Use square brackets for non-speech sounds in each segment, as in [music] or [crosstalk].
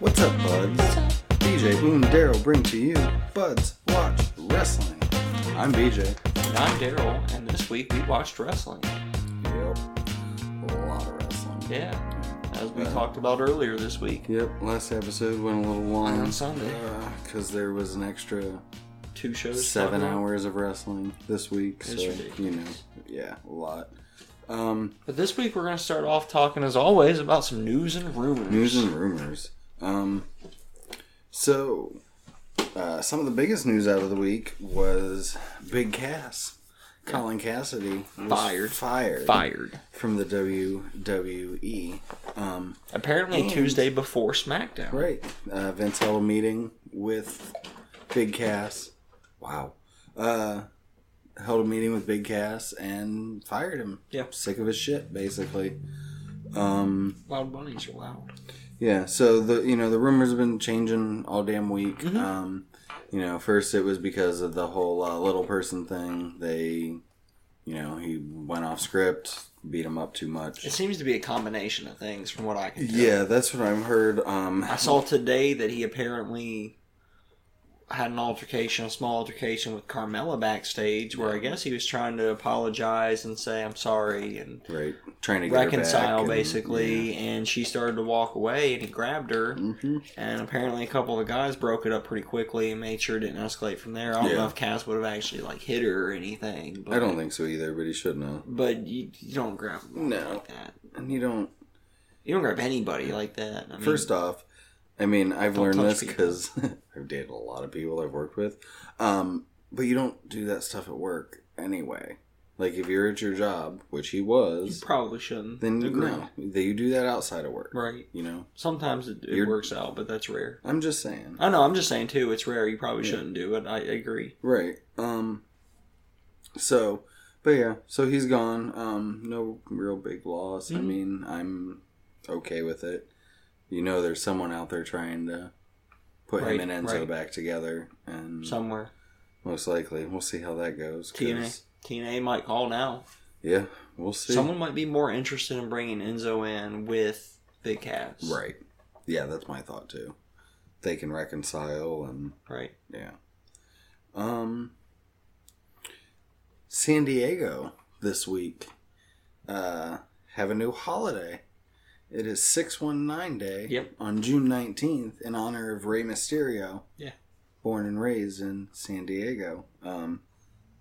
What's up, buds? DJ Boone Daryl bring to you Buds Watch Wrestling. I'm BJ. And I'm Daryl, and this week we watched wrestling. Yep. A lot of wrestling. Yeah, as we Uh, talked about earlier this week. Yep. Last episode went a little long On Sunday. because there was an extra Two shows. seven talking about- hours of wrestling this week. It's so ridiculous. you know, yeah, a lot. Um, But this week we're going to start off talking, as always, about some news and rumors. news and rumors. Um, so uh, some of the biggest news out of the week was Big Cass, Colin Cassidy was Fired. fired, Fired. from the WWE. Um, Apparently And- Tuesday before SmackDown. Right. Uh, Vince held a meeting with Big Cass. Wow. Uh, held a meeting with Big Cass and fired him. Yeah. Sick of his shit, basically. Um, Loud bunnies are loud. yeah. So the you know the rumors have been changing all damn week. Mm-hmm. Um, you know, first it was because of the whole uh, little person thing. They, you know, he went off script, beat him up too much. It seems to be a combination of things, from what I can tell. yeah, that's what I've heard. Um, I saw today that he apparently had an altercation, a small altercation with Carmella backstage, where I guess he was trying to apologize and say I'm sorry and right, trying to get her back reconcile and- basically. And she started to walk away, and he grabbed her. Mm-hmm. And apparently, a couple of the guys broke it up pretty quickly and made sure it didn't escalate from there. I don't Yeah. know if Cass would have actually like hit her or anything. But, I don't think so either, but he should know. But you, you don't grab a woman No. like that. And you don't. You don't grab anybody like that. I mean, First off, I mean, I've Don't learned touch this because [laughs] I've dated a lot of people I've worked with. Um, but you don't do that stuff at work anyway. Like if you're at your job, which he you was, probably shouldn't. then agree. no, that you do that outside of work. Right. You know, Sometimes it, it You're- works out, but that's rare. I'm just saying. I know. I'm just saying too. It's rare. You probably Yeah. shouldn't do it. I agree. Right. Um. So, but yeah, so he's gone. Um, no real big loss. I Mhm. mean, I'm okay with it. You know, there's someone out there trying to put Right, him and Enzo right. back together, and Somewhere most likely we'll see how that goes. 'cause- TNA TNA might call now. Yeah, we'll see. Someone might be more interested in bringing Enzo in with Big Cass. Right. Yeah, that's my thought too. They can reconcile and Right. Yeah. Um, San Diego this week uh, have a new holiday. It is 619 Day Yep. on June 19th in honor of Rey Mysterio. Yeah. Born and raised in San Diego. Um,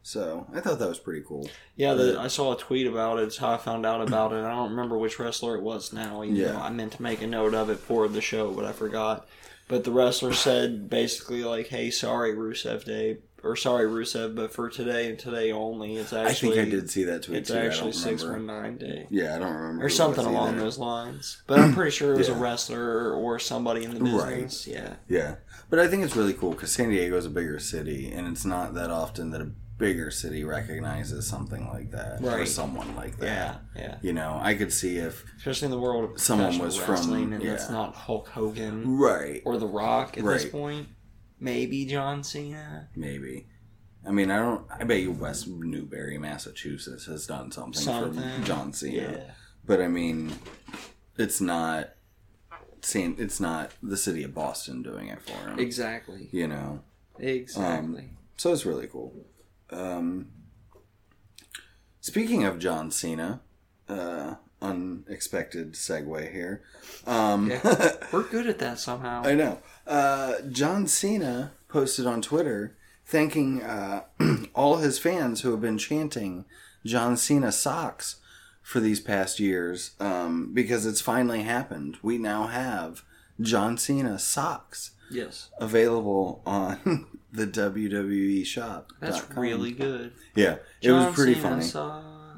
so I thought that was pretty cool. Yeah, the, Yeah. I saw a tweet about it. It's how I found out about it. I don't remember which wrestler it was now. Even Yeah. though I meant to make a note of it for the show, but I forgot. But the wrestler said basically like, "Hey, sorry Rusev Day, or sorry Rusev, but for today and today only, it's actually I think I did see that tweet it's too. actually I don't six one remember. nine day." Yeah, I don't remember. who Or it something was along either. those lines, but I'm pretty sure it was a Yeah. wrestler or somebody in the Right. business. Yeah, Yeah, but I think it's really cool because San Diego is a bigger city, and it's not that often that a bigger city recognizes something like that or Right. someone like that. yeah, yeah. You know, I could see if Especially in the world of Someone professional was from- wrestling, and it's yeah. not Hulk Hogan. right, or The Rock at this Right. point. Maybe John Cena. maybe. I mean, I don't. I bet you West Newberry, Massachusetts, has done something, Something. for John Yeah. Cena. But I mean, it's not. San, it's not the city of Boston doing it for him. Exactly. you know. Exactly. So it's really cool. Um, speaking of John Cena, uh, unexpected segue here. Um, Yeah. We're good at that somehow. I know. Uh, John Cena posted on Twitter thanking uh, [clears throat] all his fans who have been chanting John Cena socks for these past years um, because it's finally happened. We now have John Cena socks yes. available on [laughs] the WWE shop. That's really good. yeah. it was pretty Cena funny.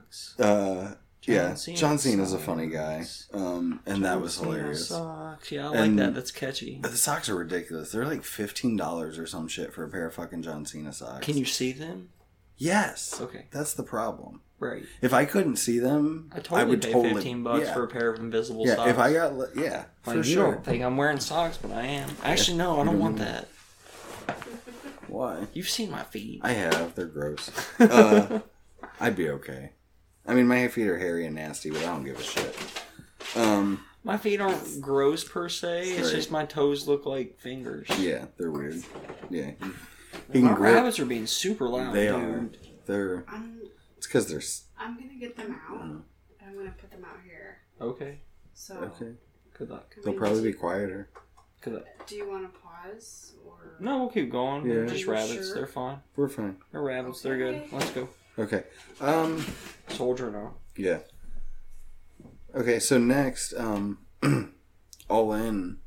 Sucks. Uh, yeah, John Cena John Cena's a funny guy, sucks. um, and that was Cena hilarious. Sucks. Yeah, I like And- that. That's catchy. But the socks are ridiculous. They're like fifteen dollars or some shit for a pair of fucking John Cena socks. Can you see them? Yes. Okay. That's the problem. Right. If I couldn't see them, I totally would pay totally fifteen bucks yeah. for a pair of invisible yeah. socks. If I got li- yeah, for like, you sure. don't think I'm wearing socks, but I am. Actually, no, I don't want that. Why? You've seen my feet. I have. They're gross. [laughs] Uh, I'd be okay. I mean, my feet are hairy and nasty, but I don't give a shit. Um, My feet aren't gross per se. It's Right. just my toes look like fingers. Yeah, they're weird. Yeah, he, he My can grip. rabbits are being super loud, They dude. are. They're. I'm It's because they're. s- I'm gonna get them out. and I'm gonna put them out here. Okay. So Okay. Good luck. can They'll we- probably be quieter. Good luck. Do you want to pause or No, we'll keep going. They're Yeah. just Are you rabbits. sure? They're fine. We're fine. They're rabbits. They're good. Okay. Let's go. Okay. Um. Soldier now. Yeah. Okay, so next, um, [clears throat] All In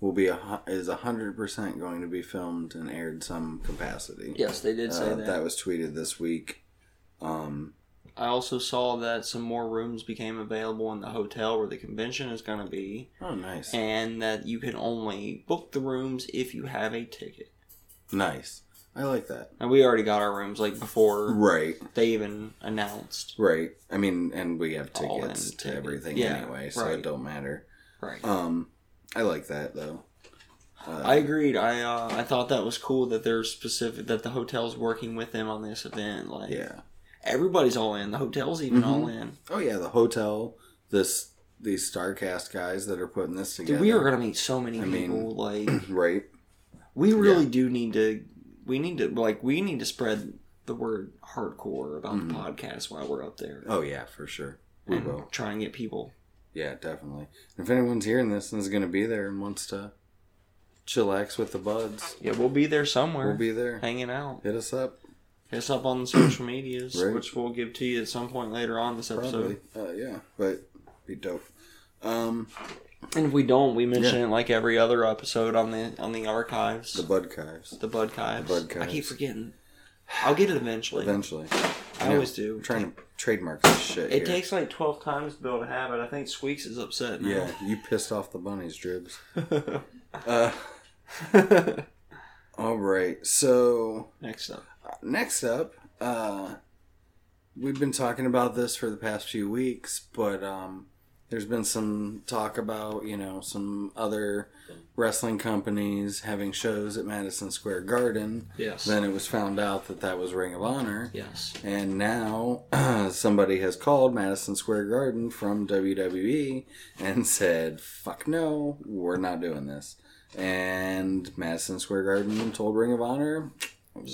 will be a hu- is a hundred percent going to be filmed and aired some capacity. Yes, they did say Uh, that. that was tweeted this week. Um, I also saw that some more rooms became available in the hotel where the convention is going to be, oh, nice, and that you can only book the rooms if you have a ticket. nice. I like that. And we already got our rooms like before Right, they even announced. right. I mean, and we have All In tickets to ticket. everything Yeah, anyway, so right. it don't matter. Right. Um, I like that though. Uh, I agreed. I uh, I thought that was cool that they're specific that the hotel's working with them on this event. Like yeah. everybody's all in. The hotel's even Mhm. all in. Oh yeah, the hotel. This these Starcast guys that are putting this Dude, together. we are gonna meet so many I mean- people. [clears throat] Like right. we really do need to. We need to like we need to spread the word hardcore about the Mhm. podcast while we're up there. Oh yeah, for sure. We and will. try and get people. Yeah, definitely. If anyone's hearing this and is going to be there and wants to chillax with the buds, Yeah, we'll be there somewhere, we'll be there. hanging out. Hit us up, Hit us up on the social medias, Right. which we'll give to you at some point later on this episode. probably. Uh, yeah, but be dope. Um, And if we don't, we mention Yeah. it like every other episode on the on the archives. the bud kives. The Bud Kives. The Bud I keep Kives. forgetting. I'll get it eventually. Eventually, I always do. I'm trying to trademark this shit. It here. takes like 12 times to build a habit. I think Squeaks is upset Yeah, now. you pissed off the bunnies, Dribs. Yeah. Uh, all right. So [laughs] Next up. next up, uh, we've been talking about this for the past few weeks, but um, there's been some talk about you know some other wrestling companies having shows at Madison Square Garden. Yes. Then it was found out that that was Ring of Honor, Yes. and now [clears throat] somebody has called Madison Square Garden from WWE and said, "Fuck no, we're not doing this." And Madison Square Garden told Ring of Honor,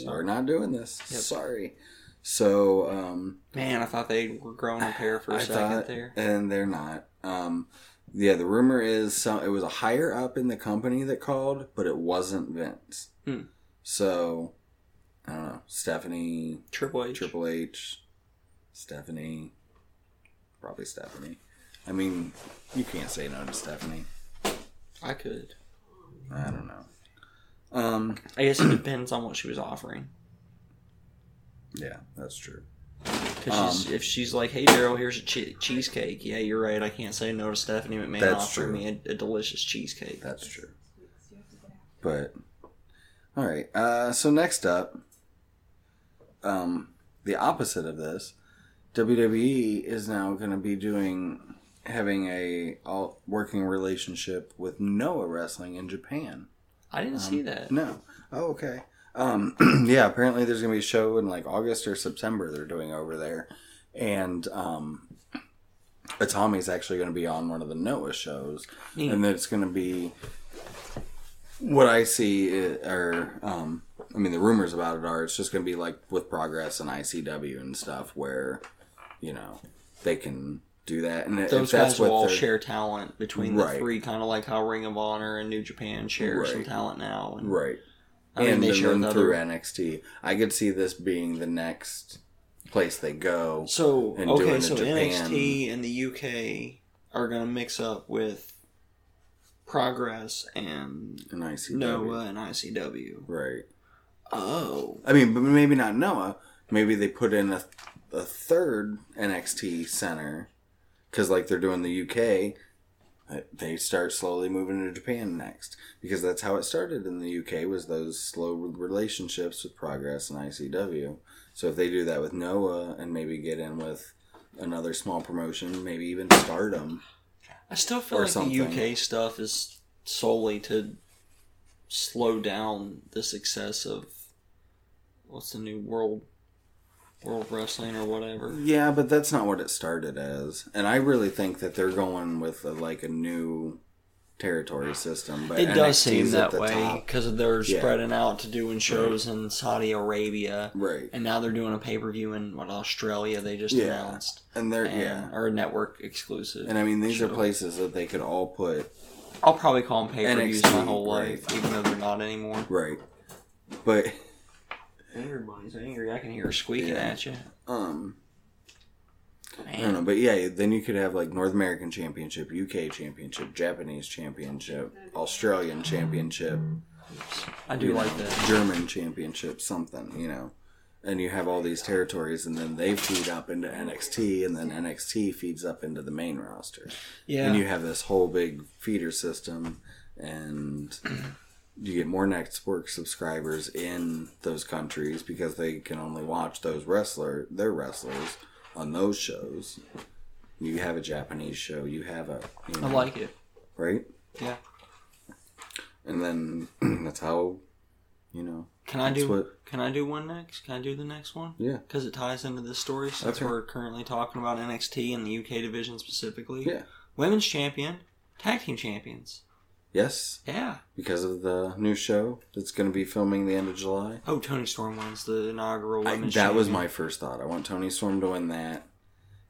"We're not doing this. Yep. Sorry." So um, Man, I thought they were growing a pair for a I second thought, there. and they're not. Um, yeah, the rumor is some, it was a higher up in the company that called, but it wasn't Vince. Hmm. So I don't know, Stephanie. Triple H. Triple H, Stephanie, probably Stephanie. I mean, you can't say no to Stephanie. I could. I don't know. Um, I guess it depends on what she was offering. yeah, that's true. 'Cause she's- Um, if she's like, hey, Daryl, here's a che- cheesecake. Yeah, you're right. I can't say no to Stephanie McMahon That's offering true. me a, a delicious cheesecake. That's true. But all right. Uh, so next up, um, the opposite of this, WWE is now going to be doing having a all working relationship with Noah Wrestling in Japan. I didn't um, see that. No. Oh, okay. Um, [clears throat] yeah, apparently there's gonna be a show in like August or September they're doing over there, and um, Atami's actually gonna be on one of the Noah shows, Neat. and then it's gonna be what I see i- are um, I mean the rumors about it are it's just gonna be like with Progress and ICW and stuff where you know they can do that and those if that's guys will what all they're- share talent between Right. the three, kind of like how Ring of Honor and New Japan share some Right. talent now. And, right I mean, and they then share run another. through NXT. I could see this being the next place they go. So and doing okay, the so Japan- NXT and the UK are gonna mix up with Progress and In ICW. Noah and ICW. Right. Oh, I mean, but maybe not Noah. Maybe they put in a, a third NXT center because, like, they're doing the UK. uh, They start slowly moving to Japan next because that's how it started in the UK was those slow relationships with Progress and ICW. So if they do that with Noah and maybe get in with another small promotion, maybe even Stardom. I still feel Or like the something. UK stuff is solely to slow down the success of what's the new world World Wrestling or whatever. Yeah, but that's not what it started as. And I really think that they're going with a, like a new territory system. But It does NXT 's seem at that the way top. because they're Yeah. spreading out to doing shows in Saudi Arabia, Right. and now they're doing a pay per view in what Australia they just Yeah. announced, And they're, and, yeah. or a network exclusive. And I mean, these are Sure. places that they could all put, I'll probably call them pay per views my NXT, whole right. life, even though they're not anymore. right? But, [laughs] Everybody's angry. I can hear her squeaking Yeah. at you. um, I don't Man. know. But yeah, then you could have like North American Championship, UK Championship, Japanese Championship, Australian Championship, I do you like know, that. German Championship, something, you know. And you have all these territories, and then they feed up into NXT, and then NXT feeds up into the main roster. Yeah. And you have this whole big feeder system, and you get more network subscribers in those countries because they can only watch those wrestler their wrestlers on those shows. You have a Japanese show, you have a you know, I like it. right, Yeah. and then [clears throat] that's how you know Can I That's do? what- Can I do one next? Can I do the next one? yeah Because it ties into this story since Okay. we're currently talking about NXT and the UK division specifically. yeah Women's champion, tag team champions. yes Yeah. because of the new show that's going to be filming the end of July. Oh, Tony Storm wins the inaugural I- women's. that was champion. my first thought. I want Tony Storm to win that.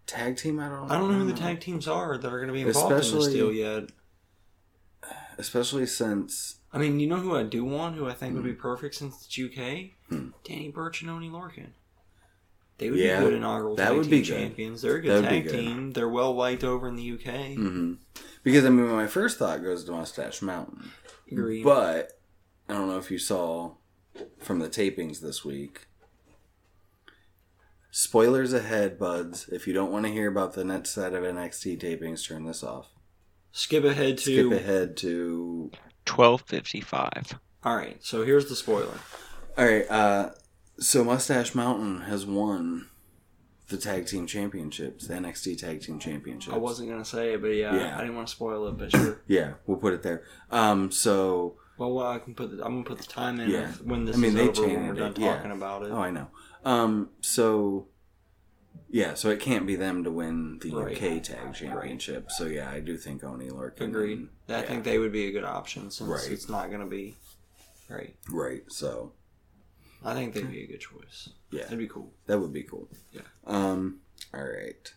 Tag team, I don't. I don't know who the tag teams are that are going to be involved in Mm. Especially- this deal yet. Especially since I mean, you know who I do want, who I think Mm. would be perfect since it's UK? Danny Birch and Oni Lorcan. They would Yeah, be good inaugural that tag would team be good. champions. They're a That good would be tag good. team. They're well liked over in the UK. mhm. because I mean my first thought goes to Mustache Mountain, Agree. but I don't know if you saw from the tapings this week. Spoilers ahead, buds. If you don't want to hear about the next set of NXT tapings, turn this off. Skip ahead to. Skip ahead to 1255. All right, so here's the spoiler. All right. Uh, so Mustache Mountain has won the tag team championships, the NXT tag team championships. I wasn't gonna say Oh, it, but yeah, Yeah. I didn't want to spoil it, but sure. Yeah, we'll put it there. Um, so Well, well, I can put the, I'm gonna put the time in Yeah. of when this I mean, is they over when we're changed done it, yeah. talking about it. oh, I know. Um, so yeah, so it can't be them to win the Right. UK Tag Championship. So yeah, I do think Oni Lorcan. Agreed. I think they would be a good option since Right. it's not gonna be. Right. Right. So I think they'd be a good choice. yeah, That'd be cool. that would be cool. Yeah. Um. All right.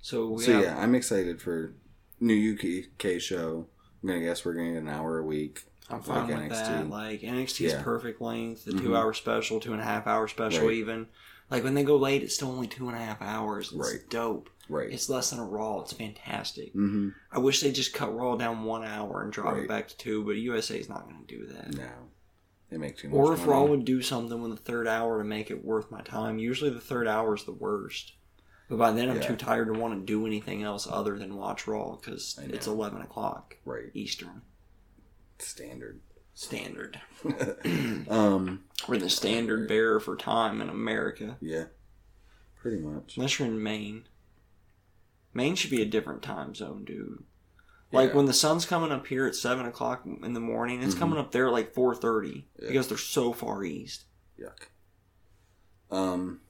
So we So have, yeah, I'm excited for new UK show. I'm gonna guess we're gonna get an hour a week. I'm fine like with NXT. that. Like NXT's Yeah. perfect length, the Mhm. two hour special, two and a half hour special, Right. even. Like when they go late, it's still only two and a half hours. It's Right. dope. Right. It's less than a raw. It's fantastic. mm-hmm. I wish they just cut Raw down one hour and drop Right. it back to two, but USA's not going to do that. No, they make too much. Or if Raw money. would do something with the third hour to make it worth my time. Usually the third hour is the worst. But by then I'm Yeah. too tired to want to do anything else other than watch Raw because I it's know. 11 o'clock right Eastern [clears throat] standard. [laughs] Standard. um. We're the standard bearer for time in America. Yeah. Pretty much. Unless you're in Maine. Maine should be a different time zone, dude. Like Yeah. when the sun's coming up here at seven o'clock in the morning, it's Mhm. coming up there at like four thirty Yeah. because they're so far east, Yuck. Um,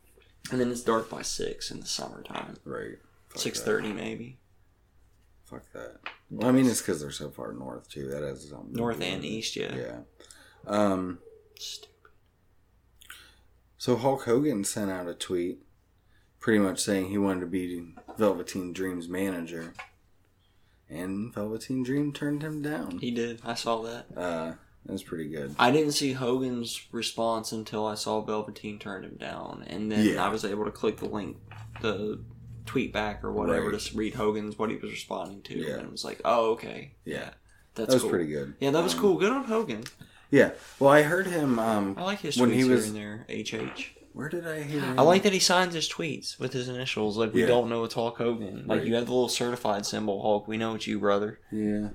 and then it's dark by six in the summertime, right. Fuck six that. thirty maybe, Fuck that. Well, I mean, it's because they're so far north too. That has something. to north do and with it. east. Yeah, Mm-hmm. Yeah. Um. Stupid. So Hulk Hogan sent out a tweet, pretty much saying he wanted to be Velveteen Dream's manager, and Velveteen Dream turned him down. he did. I saw that. Uh, that was pretty good. I didn't see Hogan's response until I saw Velveteen turn him down, and then Yeah. I was able to click the link, the tweet back or whatever, Right. to s- read Hogan's what he was responding to, Yeah. and it was like, oh okay, Yeah. that that's was cool. pretty good. Yeah, that was Um, cool. Good on Hogan. Yeah. Well, I heard him. Um, I like his when tweets he he was- here and there. HH. where did I hear? Him? I like that he signs his tweets with his initials. Like we Yeah. don't know it's Hulk Hogan. Like Right. you have the little certified symbol Hulk. We know it's you, brother. Yeah.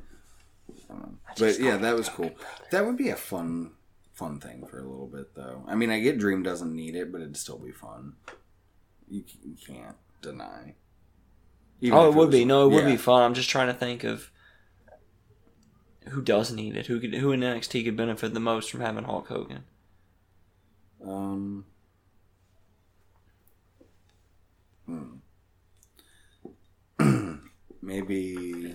Um, but yeah, that was cool. That would be a fun, fun thing for a little bit, though. I mean, I get Dream doesn't need it, but it'd still be fun. You, c- you can't deny. Even oh, if it would was- be. No, it would yeah, be fun. I'm just trying to think of who does need it. Who could? Who in NXT could benefit the most from having Hulk Hogan? Um, hmm. [clears throat] maybe.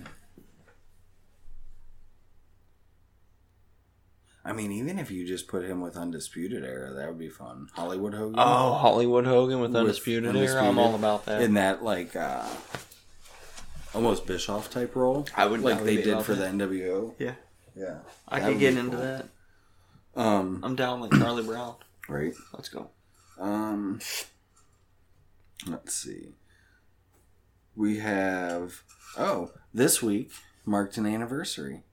I mean, even if you just put him with Undisputed Era, that would be fun. Hollywood Hogan. Oh, Hollywood Hogan with With Undisputed Era. Undisputed. I'm all about that. in that like uh almost Bischoff type role. I would- I like would they be did about for that. the NWO. yeah, Yeah, I That could would get be into cool. that. Um, I'm down like Charlie Brown. right. Let's go. Um, let's see. We have oh this week marked an anniversary,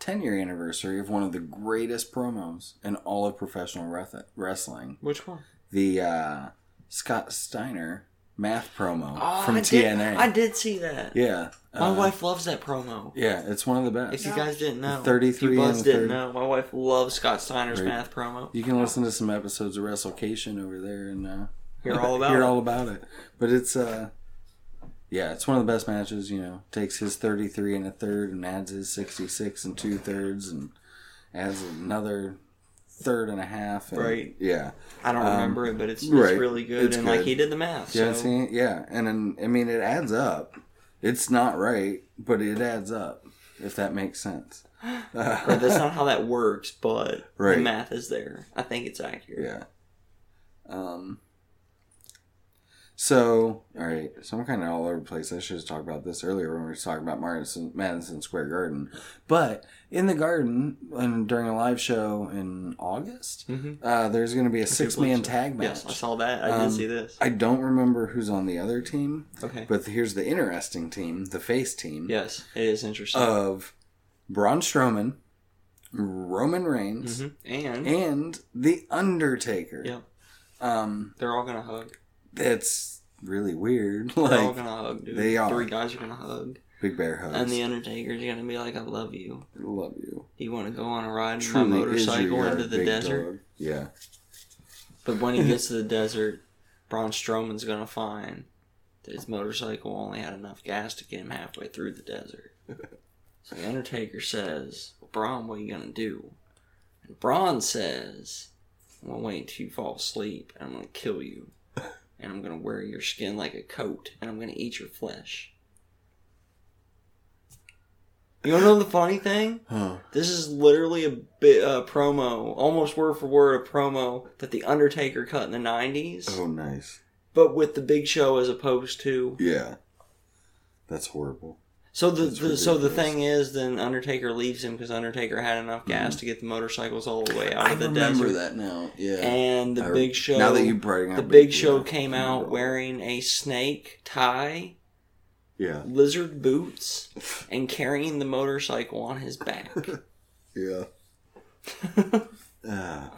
ten year anniversary of one of the greatest promos in all of professional reth- wrestling. Which one? The uh, Scott Steiner math promo from Oh, Ah, I TNA. Did, I did see that. Yeah, My uh, wife loves that promo. Yeah, it's one of the best. If you guys didn't know, 33 if you buds and didn't 30. know, my wife loves Scott Steiner's Right. math promo. You can listen to some episodes of WrestleCation over there and uh, Hear all [laughs] about hear it. all about it. But it's uh, yeah, it's one of the best matches. You know, takes his thirty three and a third and adds his sixty six and two thirds and adds another third and a half. And, Right. Yeah. I don't Um, remember it, but it's, it's right. really good. It's and like good. he did the math. Yeah. so. See. Yeah. And then I mean, it adds up. It's not right, but it adds up. If that makes sense. Right, [laughs] that's not how that works, but Right. the math is there. I think it's accurate. Yeah. Um. So, all right. So I'm kind of all over the place. I should have talked about this earlier when we were talking about Madison, Madison Square Garden. But in the garden and during a live show in August, Mhm. uh, there's going to be a six man tag match. Yes, I saw that. I Um, did see this. I don't remember who's on the other team, Okay. but here's the interesting team, the face team yes, it is interesting. of Braun Strowman, Roman Reigns, Mhm. And, and The Undertaker. Yep. Um, they're all gonna hug. that's really weird. [laughs] They're all Like gonna hug, dude. they are. Three guys are gonna hug, Big Bear hugs. and the Undertaker's gonna be like, "I love you. love you. You want to go on a ride in my Truly is your motorcycle yard, into the big desert?" dog. Yeah. But when he gets to the desert, Braun Strowman's gonna find that his motorcycle only had enough gas to get him halfway through the desert. So the Undertaker says, well, "Braun, what are you gonna do?" And Braun says, "I'm gonna wait until you fall asleep, and I'm gonna kill you, and I'm gonna wear your skin like a coat, and I'm gonna eat your flesh." You wanna know the funny thing? Huh. This is literally a bit uh, promo, almost word for word, a promo that the Undertaker cut in the '90s, Oh, nice. but with the Big Show as opposed to. Yeah. That's horrible. So the, That's the so the ridiculous. thing is, then Undertaker leaves him because Undertaker had enough gas to get the motorcycles all the way out of the desert, Mm-hmm. that now. Yeah. and the I- Big Show. Now that you bring up the it, Big yeah. Show came out Yeah. wearing a snake tie, Yeah. lizard [laughs] boots, and carrying the motorcycle on his back. [laughs] Yeah. Ah,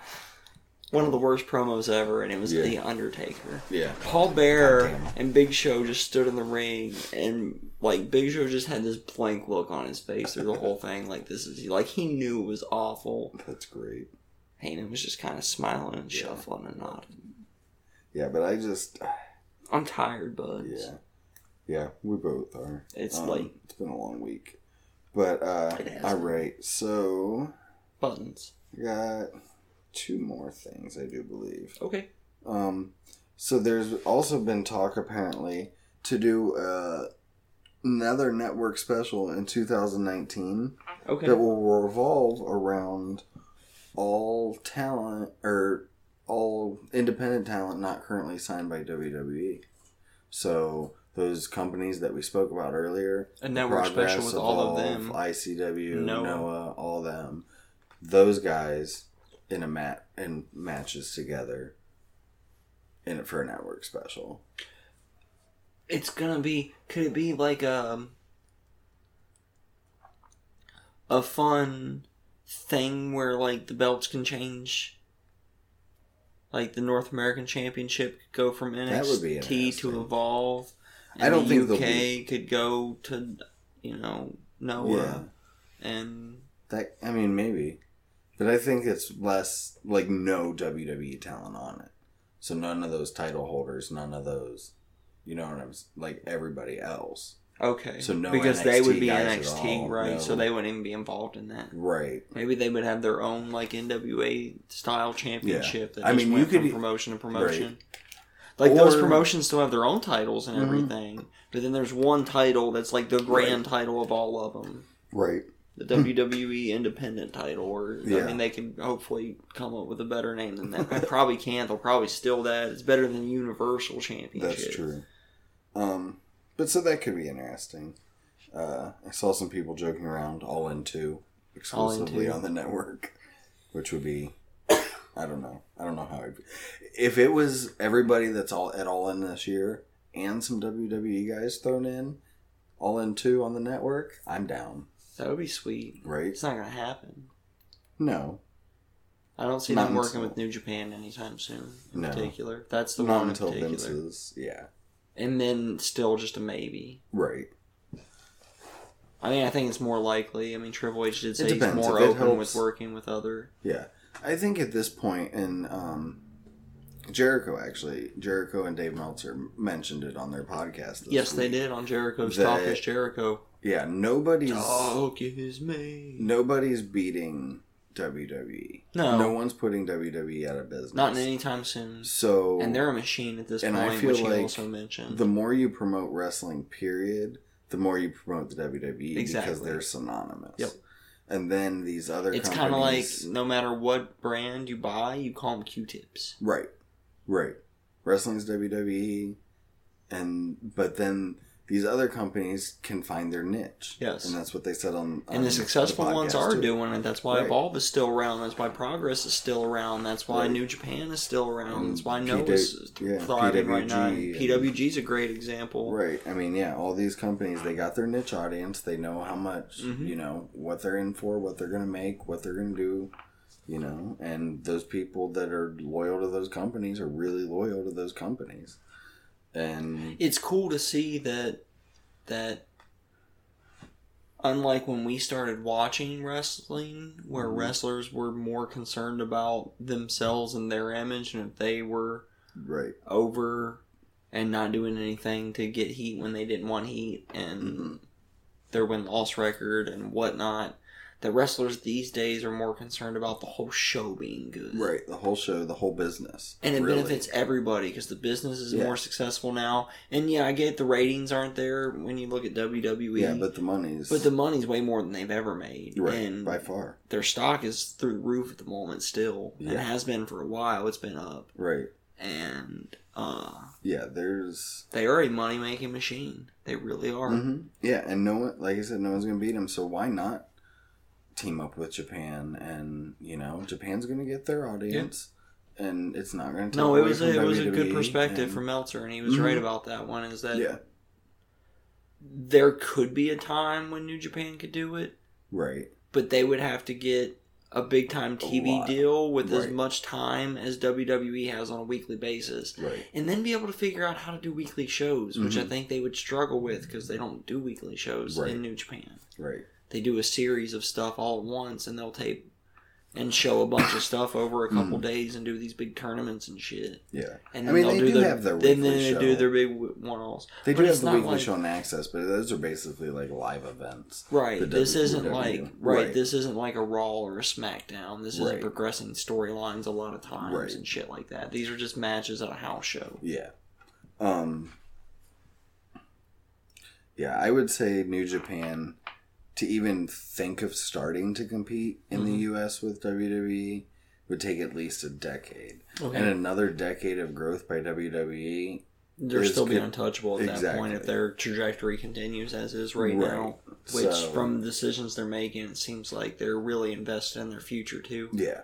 One of the worst promos ever, and it was Yeah. the Undertaker. yeah. Paul Bear God damn. and Big Show just stood in the ring, and like Big Show just had this blank look on his face through [laughs] the whole thing. Like this is like he knew it was awful. That's great. Heyman was just kind of smiling and shuffling and nodding. Yeah, but I just. ah, I'm tired, buds. Yeah. Um, Yeah, we both are. It's late. It's been a long week. But, uh, It has all been. right. So, Buttons. I got two more things, I do believe. Okay. Um, so there's also been talk apparently to do uh, another network special in 2019 Okay. that will revolve around all talent or all independent talent not currently signed by WWE. So those companies that we spoke about earlier, A network special Progress, with all of Evolve, them. ICW, Noah. Noah. all them. Those guys in a mat in matches together in it for an network special. It's gonna be. Could it be like um a fun thing where like the belts can change? Like the North American Championship could go from That would be NXT interesting. to Evolve. I don't think the they'll UK could go to you know Yeah, Noah and that I mean maybe, but I think it's less like no WWE talent on it. So none of those title holders, none of those, you know what I'm s- like everybody else, okay. So no because they would NXT be guys at NXT all, right, so no. they wouldn't even be involved in that. right? Maybe they would have their own like NWA style championship that I just mean, went you could- e- from promotion to promotion. Like those Or- promotions still have their own titles and Mhm. everything, but then there's one title that's like the grand title of all of them, Right. the WWE Independent title. Or I Hmm. Yeah. mean, they can hopefully come up with a better name than that. They probably can't. They'll probably steal that. It's better than Universal Championship. That's true. Um, but so that could be interesting. Uh, I saw some people joking around all in two All in exclusively Two. on the network, which would be [coughs] I don't know. I don't know how it'd be. if it was everybody that's all at all in this year and some WWE guys thrown in all in two on the network. I'm down. That would be sweet. Right? It's not gonna happen. No, I don't see Not them working until- with New Japan anytime soon. In No. particular, that's the not one until in particular. Vince's. Yeah. and then still just a maybe. Right. I mean, I think it's more likely. I mean, Triple H did say he's depends. more If it open helps- with working with other. Yeah. I think at this point, and um, Jericho actually, Jericho and Dave Meltzer mentioned it on their podcast. This yes, they week. did on Jericho's That- Talk is Jericho. Yeah, nobody's Talk is me. nobody's beating WWE. No. no one's putting WWE out of business. Not in any time soon. So And they're a machine at this And I point, feel which he like also mentioned. the more you promote wrestling, period, the more you promote the WWE because Exactly. they're synonymous. Yep. And then these other it's kind of like companies, no matter what brand you buy, you call them Q-tips. Right. Right. Wrestling's WWE and but then these other companies can find their niche. Yes. And that's what they said on, on And the successful the ones podcast, are too. doing it. That's why Right. Evolve is still around. That's why Progress is still around. That's why Right. New Japan is still around. And That's why PW Noah is yeah, thriving right now. PWG and- PWG is a great example. Right. I mean, yeah, all these companies they got their niche audience. They know how much, Mhm. you know, what they're in for, what they're going to make, what they're going to do, you know, and those people that are loyal to those companies are really loyal to those companies. And It's cool to see that that unlike when we started watching wrestling, where Mhm. wrestlers were more concerned about themselves and their image, and if they were right. over and not doing anything to get heat when they didn't want heat and Mhm. their win loss record and whatnot. The wrestlers these days are more concerned about the whole show being good. Right, the whole show, the whole business. And it really. benefits everybody because the business is Yeah. more successful now. And yeah, I get the ratings aren't there when you look at WWE. Yeah, but, but the money's the money's way more than they've ever made. right and by far. their stock is through the roof at the moment still. And Yeah. it has been for a while. It's been up. Right. And uh, Yeah, there's they are a money making machine. They really are. Mhm. Yeah, and no one like I said no one's going to beat them, so why not team up with Japan and, you know, Japan's going to get their audience and it's not going to No, it was a, it was a good perspective E and, from Meltzer, and he was Mhm. right about that one. Is that Yeah. there could be a time when New Japan could do it, Right. but they would have to get a big time TV lot. deal with as Right. much time as WWE has on a weekly basis, Right. and then be able to figure out how to do weekly shows, which I Mhm. think they would struggle with because they don't do weekly shows Right. in New Japan. Right. They do a series of stuff all at once, and they'll tape and show a bunch of stuff over a couple days and do these big tournaments and shit. Yeah. And Mm. I mean, then they'll they do do their, have their then, weekly then they show. do their big one offs. They But do it's have the not weekly like- show and access, but those are basically like live events. Right. The this WWE. isn't like right, E Right. This isn't like a Raw or a SmackDown. This Right. isn't progressing storylines a lot of times Right. and shit like that. These are just matches at a house show. Yeah. Um Yeah, I would say New Japan to even think of starting to compete in Mm-hmm. the US with WWE would take at least a decade. And another decade of growth by E, WWE. they're it's still be good- untouchable at that point if Exactly. their trajectory continues as is right, Right. now. Which, So- from the decisions they're making, it seems like they're really invested in their future too. Yeah.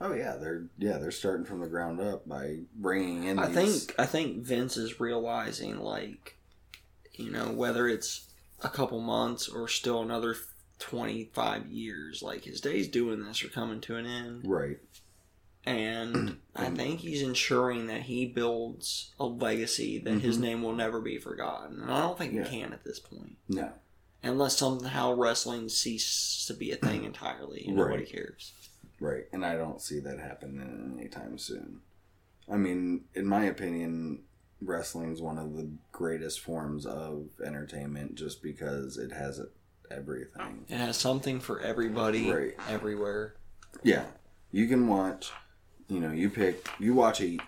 Oh yeah, they're yeah, they're starting from the ground up by bringing in I these- think I think Vince is realizing like you know whether it's a couple months or still another 25 years like his days doing this are coming to an end right. [clears throat] and I think he's ensuring that he builds a legacy that his Mhm. name will never be forgotten and I don't think Yeah. he can at this point No. unless somehow wrestling ceases to be [clears throat] a thing entirely and nobody Right. cares Right, and I don't see that happening anytime soon. I mean, in my opinion, wrestling's one of the greatest forms of entertainment just because it has everything. it has something for everybody Right. everywhere Yeah, you can watch. You know, you pick. You watch a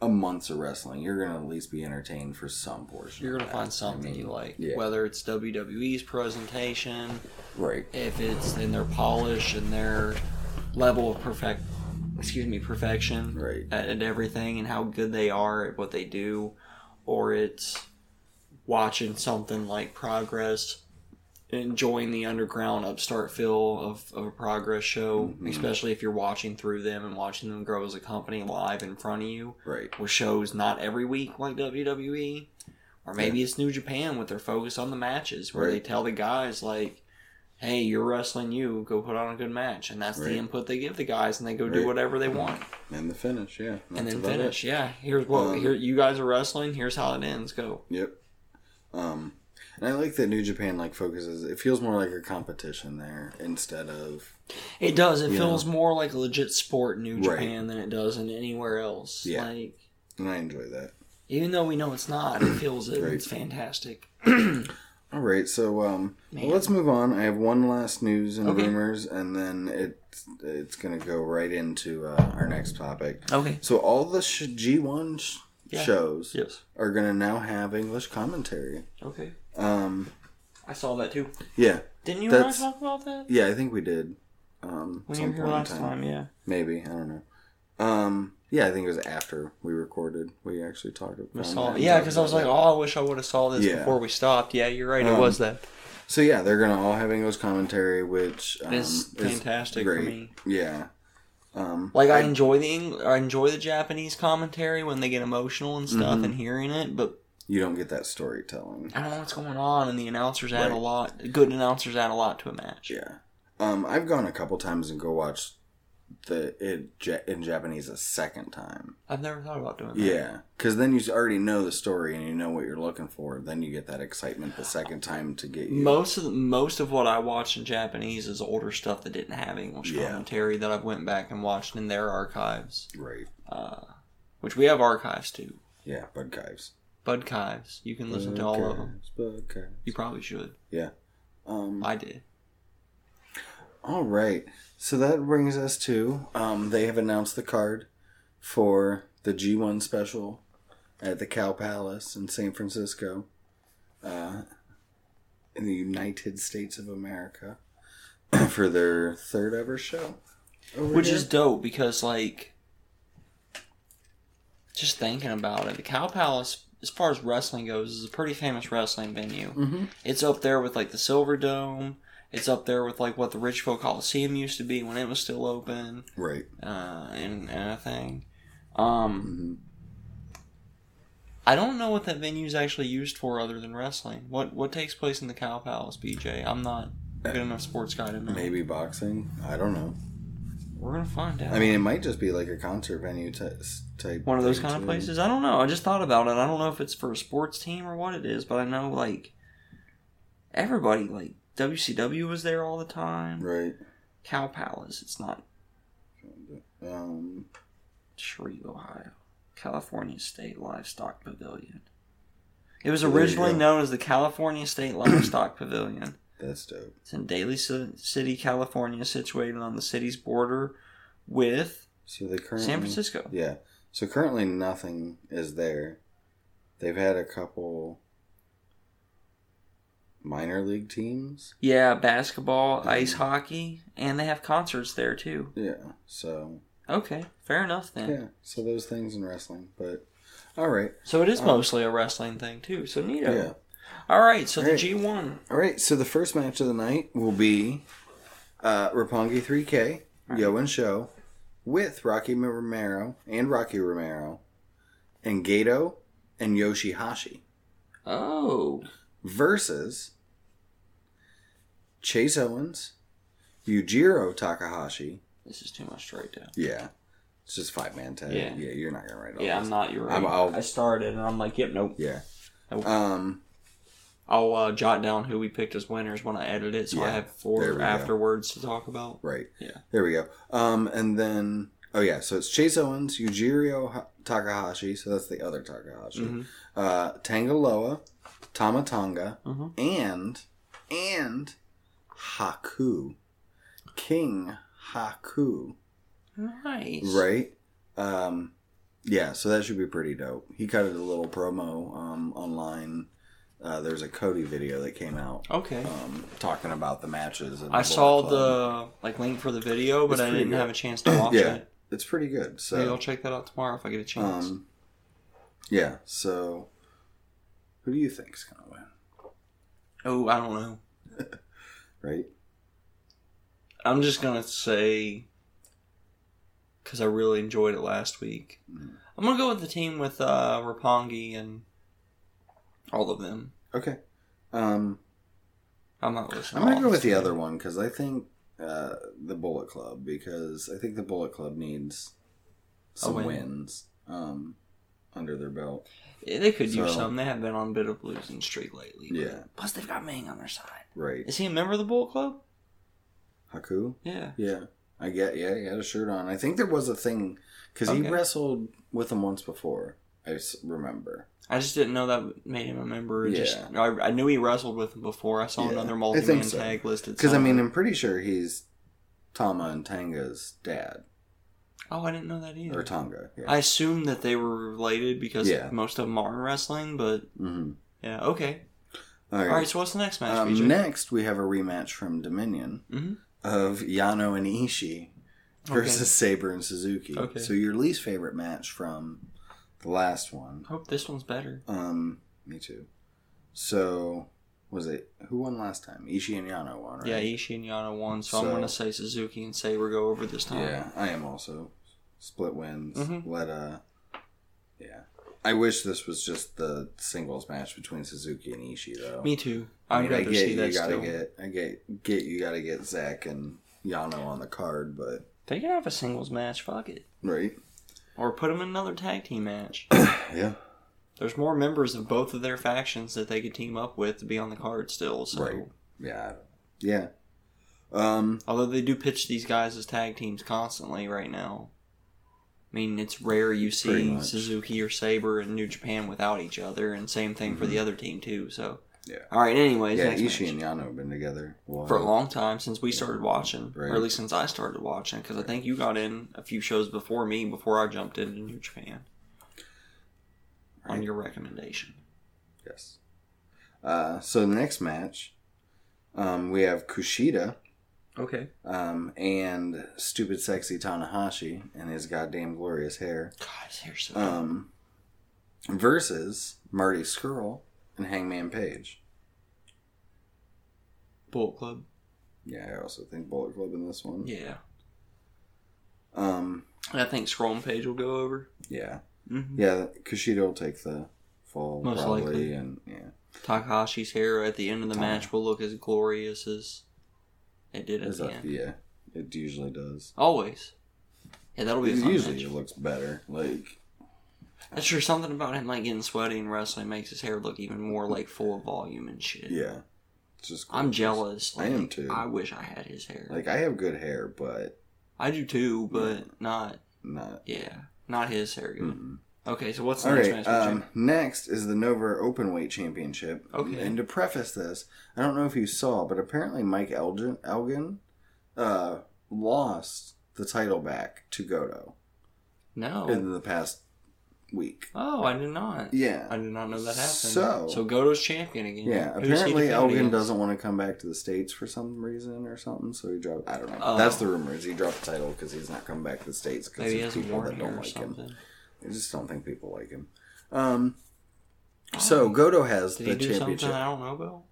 a month's of wrestling, you're gonna at least be entertained for some portion. You're of gonna that. find something Uh, I mean, you like, yeah. whether it's WWE's presentation, Right. if it's in their polish and their level of perfect, excuse me, perfection Right. at, at everything and how good they are at what they do, or it's watching something like Progress, enjoying the underground upstart feel of, of a Progress show, Mm-hmm. especially if you're watching through them and watching them grow as a company live in front of you Right. with shows not every week like WWE, or maybe it's New Japan with their focus on the matches where they Right. tell the guys like, "Hey, you're wrestling you, go put on a good match," and that's Right. the input they give the guys, and they go Right. do whatever they want And the finish, yeah. and That's then about it. finish. Yeah, here's what Um, here you guys are wrestling. Here's how it ends. Go. Yep. Um, and I like that New Japan like focuses. It feels more like a competition there instead of It does. It Yeah. feels more like a legit sport in New Right. Japan than it does in anywhere else. Yeah. Like and I enjoy that. even though we know it's not, it feels it. Right. It's fantastic. All right, so um, well, Man. let's move on. I have one last news and Okay. rumors, and then it's it's gonna go right into uh, our next topic. Okay. So all the sh- G1 sh- Yeah. shows Yes. are gonna now have English commentary. Okay. Um, I saw that too. yeah, Didn't you That's- and I talk about that? yeah, I think we did. Um, When you were here in last time, yeah. Maybe I don't know. Um, yeah, I think it was after we recorded. We actually talked about. We saw, and yeah, talked because I was about like, it. oh, I wish I would have saw this Yeah. before we stopped. Yeah, you're right. Um, it was that. So yeah, they're gonna all have English commentary, which um, It's fantastic for great. me. Yeah. Um, Like I enjoy the Eng- I enjoy the Japanese commentary when they get emotional and stuff and hearing it, but you don't get that storytelling. I don't know what's going on, and the announcers add a Right. lot. Good announcers add a lot to a match. Yeah. Um, I've gone a couple times and go watch the it ja- in Japanese a second time. I've never thought about doing that. Yeah, because then you already know the story and you know what you're looking for. Then you get that excitement the second time to get you. Most of the, most of what I watch in Japanese is older stuff that didn't have English Yeah. commentary that I've went back and watched in their archives, right. uh, which we have archives too. Yeah, Bud Kives. Budkives, you can listen to all of them. Bud Kives. You probably should. Yeah. Um, I did. All right. So that brings us to um, they have announced the card for the G1 special at the Cow Palace in San Francisco, uh, in the United States of America, [clears throat] for their third ever show. over Which here. is dope because like just thinking about it, the Cow Palace as far as wrestling goes is a pretty famous wrestling venue. Mhm. It's up there with like the Silver Dome. It's up there with like what the Ridgeville Coliseum used to be when it was still open, right. uh, and and a thing. Um, hmm I don't know what that venue's actually used for other than wrestling. What what takes place in the Cow Palace, BJ? I'm not a good enough sports guy to know. Maybe boxing. I don't know. We're gonna find out. I mean, it might just be like a concert venue ty- s- type. one of those thing, kind of too. places. I don't know. I just thought about it. I don't know if it's for a sports team or what it is, but I know like everybody like WCW was there all the time. Right. Cow Palace. It's not Um, Shreve, Ohio. California State Livestock Pavilion. It was Well, there you originally go. known as the California State Livestock Pavilion. that's dope. It's in Daly Ci- City, California, situated on the city's border with So they currently San Francisco. Yeah. So currently nothing is there. They've had a couple minor league teams. Yeah, basketball, ice Mm. hockey, and they have concerts there too. Yeah. So Okay, fair enough then. yeah. So those things in wrestling, but all right. So it is Oh. mostly a wrestling thing too. So neato. Yeah. All right. So Great. the G one. All right. So the first match of the night will be uh, Rapongi 3K Yo and Show with Rocky Romero and Rocky Romero and Gato and Yoshihashi. Oh, versus Chase Owens, Yujiro Takahashi. this is too much to write down. Yeah, it's just five man tag. Yeah. Yeah. you're not gonna write all Yeah, this. I'm not. You're right. I'm- I'll- I started and I'm like, yep, nope. Yeah. Oh. Um. I'll uh, jot down who we picked as winners when I edit it, so I Yeah, have there we four go. afterwards to talk about. Right. Yeah. There we go. Um. And then oh yeah, so it's Chase Owens, Yujiro ha- Takahashi. So that's the other Takahashi. Mhm. Uh, Tangaloa, Tama Tonga, Mhm. and and Haku, King Haku. Nice. Right. Um, Yeah, so that should be pretty dope. He cut it a little promo um, online. Uh, there's a Cody video that came out Okay. um, talking about the matches. And I Bullet saw Club. the like link for the video, but It's I pretty didn't good. have a [clears throat] chance to watch Yeah. it. It's pretty good. So Maybe I'll check that out tomorrow if I get a chance. Um, yeah. So, who do you think's gonna win? oh, I don't know. Right? I'm just gonna say because I really enjoyed it last week. Mm. I'm gonna go with the team with uh, Rapongi and all of them. Okay. Um, I'm not listening. I'm gonna go with the other one because I think uh, the Bullet Club because I think the Bullet Club needs some win. wins um, under their belt. Yeah, They could use So- some. They have been on a bit of a losing streak lately. but- Yeah. Plus, they've got Ming on their side. Right? Is he a member of the Bull Club? Haku. Yeah. Yeah, I get. Yeah, he had a shirt on. I think there was a thing because he Okay. wrestled with him once before. I s- remember. I just didn't know that made him a member. Yeah. Just, Yeah. I, I knew he wrestled with him before. I saw Yeah, another I multi-man think so. tag listed. Because I mean, somewhere. I'm pretty sure he's Tama and Tanga's dad oh, I didn't know that either. or Tonga. Yeah. I assumed that they were related because Yeah. most of them are in wrestling, but mm-hmm. yeah, okay. All right. All right, so what's the next match? um, BJ? next, we have a rematch from Dominion Mhm. of Yano and Ishii versus Saber and Suzuki. Okay. So your least favorite match from the last one. I hope this one's better. Um, me too. So was it who won last time? Ishii and Yano won, right? Yeah, Ishii and Yana won, so, So- I'm gonna say Suzuki and Saber go over this time. Yeah, Uh, I am also split wins. Mhm. Let uh, yeah. I wish this was just the singles match between Suzuki and Ishii though. Me too. I I'd mean, I rather get see you that gotta still. get I get get you gotta get Zach and Yano on the card, but They can have a singles match. Fuck it. right? Or put them in another tag team match. [coughs] Yeah, There's more members of both of their factions that they could team up with to be on the card still. So, Right. yeah, I don't- yeah. Um, although they do pitch these guys as tag teams constantly right now. I mean, it's rare you Pretty see much. Suzuki or Saber in New Japan without each other, and same thing for Mm-hmm. the other team too. So, Yeah. All right. Anyways, yeah, next Ishii match. and Yano have been together for a long time since we started watching, Right. or at least since I started watching, because I think you got in a few shows before me before I jumped into New Japan on Right. your recommendation. Yes. Uh, so the next match, um, we have Kushida Okay. um, and stupid sexy Tanahashi and his goddamn glorious hair God, his hair's so. um, versus Marty Skrull and Hangman Page. Bullet Club. Yeah, I also think Bullet Club in this one. Yeah. Um, And I think Scroll Page will go over. yeah, Mm-hmm. yeah. Kushida will take the fall Most probably, likely. and yeah, Takahashi's hair at the end of the Oh. match will look as glorious as it did at Is the that- end. yeah. It usually does. Always. Yeah, that'll be a fun Usually, it match. looks better. Like That's sure something about him like getting sweaty and wrestling makes his hair look even more like full of volume and shit. yeah, it's just. I'm gorgeous. jealous. I Like, I am too. I wish I had his hair. Like I have good hair, but I do too, but Yeah. not not. yeah, not his hair. good. Mm-mm. Okay, so what's the All next right. match? Jim? Um, next is the Nova Openweight Championship. Okay. And to preface this, I don't know if you saw, but apparently Mike Elgin, Elgin uh, lost the title back to Goto no. in the past week. oh, I did not. Yeah. I did not know that happened. So- so Goto's champion again. yeah. Who's he Apparently defending Elgin against? doesn't want to come back to the states for some reason or something, so he dropped. I don't know. Oh. That's the rumor. Is he dropped the title because he's not coming back to the states because Maybe he there's has a people that warning don't or like him. something. I just don't think people like him. Um. So Goto has Oh. Did the he do something championship. I don't know about?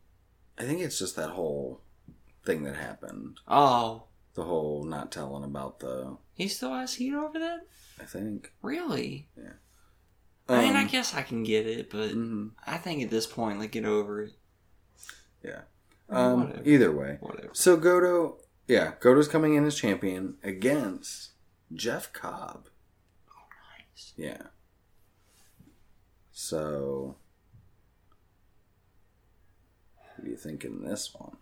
I think it's just that whole thing that happened. Oh, The whole not telling about the. he still has heat over that? I think. Really? Um, I mean, I guess I can get it, but mhm. I think at this point, like, get over it. Yeah. Oh, Um, whatever. either way. Whatever. So Goto. Yeah, Goto's coming in as champion against Jeff Cobb. Nice. Yeah. So. What do you think in this one?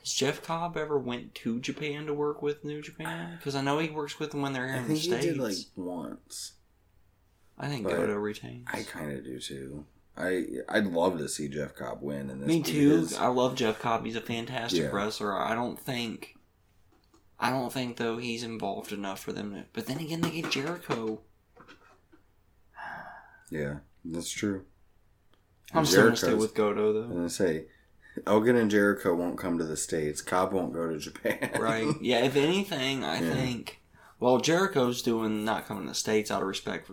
Has Jeff Cobb ever went to Japan to work with [sighs] New Japan? Because I know he works with them when they're here I in the think he states. did like once. I think but Goto retains. I kind of do too. I I'd love to see Jeff Cobb win in this. Me be too. his- I love Jeff Cobb. He's a fantastic Yeah. wrestler. I don't think I don't think though he's involved enough for them to. But then again, they get Jericho. Yeah, that's true. I'm still gonna stay Jericho's- with Goto I'm though. gonna say, Elgin and Jericho won't come to the states. Cobb won't go to Japan. right? Yeah. If anything, [laughs] I Yeah. think. Well, Jericho's doing not coming to the states out of respect for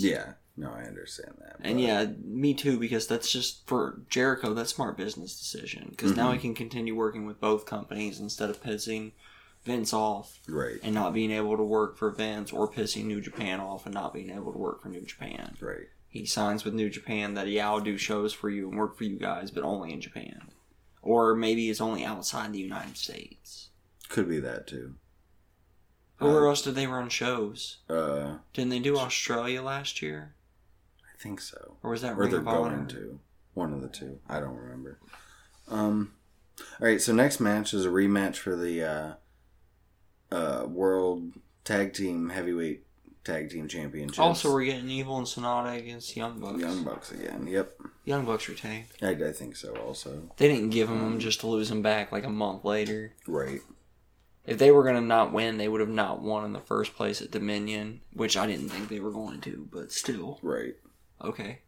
[laughs] yeah. No, I understand that. And but- yeah, me too, because that's just for Jericho, that's smart business decision. Because now Mm-hmm. I can continue working with both companies instead of pissing Vince off Right. and not being able to work for Vince or pissing New Japan off and not being able to work for New Japan. Right. He signs with New Japan that, yeah, I'll do shows for you and work for you guys, but only in Japan. Or maybe it's only outside the United States. Could be that too. But where Uh, else did they run shows? Uh, Didn't they do Australia last year? I think so. Or was that Or Ring they're of Honor? going to. One of the two. I don't remember. Um. All right. So next match is a rematch for the uh, uh, world tag team heavyweight tag team championship. Also, we're getting Evil and Sonata against Young Bucks. Young Bucks again. Yep. Young Bucks retained. I, I think so. Also. They didn't give him Um, them just to lose him back like a month later. Right. If they were going to not win, they would have not won in the first place at Dominion, which I didn't think they were going to, but still. Right. Okay.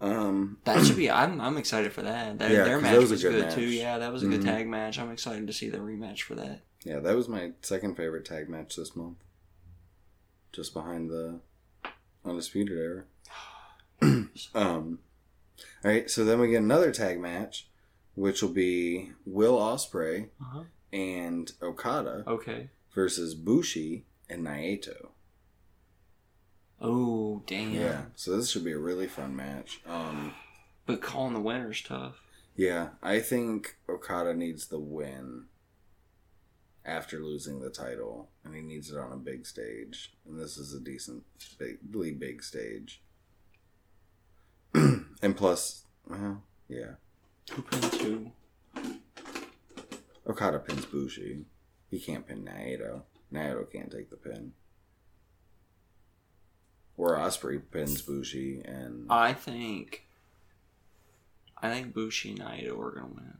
Um. That should [clears throat] be. I'm, I'm excited for that. Their, Yeah, their 'cause match that was, was a good good, match. too. Yeah, that was a good Mhm. tag match. I'm excited to see the rematch for that. Yeah, that was my second favorite tag match this month. Just behind the Undisputed Era. um, all right, so then we get another tag match, which will be Will Osprey Uh-huh. and Okada Okay. versus Bushi and Naito. Oh, damn. Yeah, so this should be a really fun match. Um, But calling the winner's tough. yeah, I think Okada needs the win after losing the title, and he needs it on a big stage. And this is a decently big stage. [clears throat] and plus, well, yeah, Who pinned who? Okada pins Bushi. He can't pin Naito. Naito can't take the pin. Or Osprey pins Bushi, and I think. I think Bushi and Naito are going to win.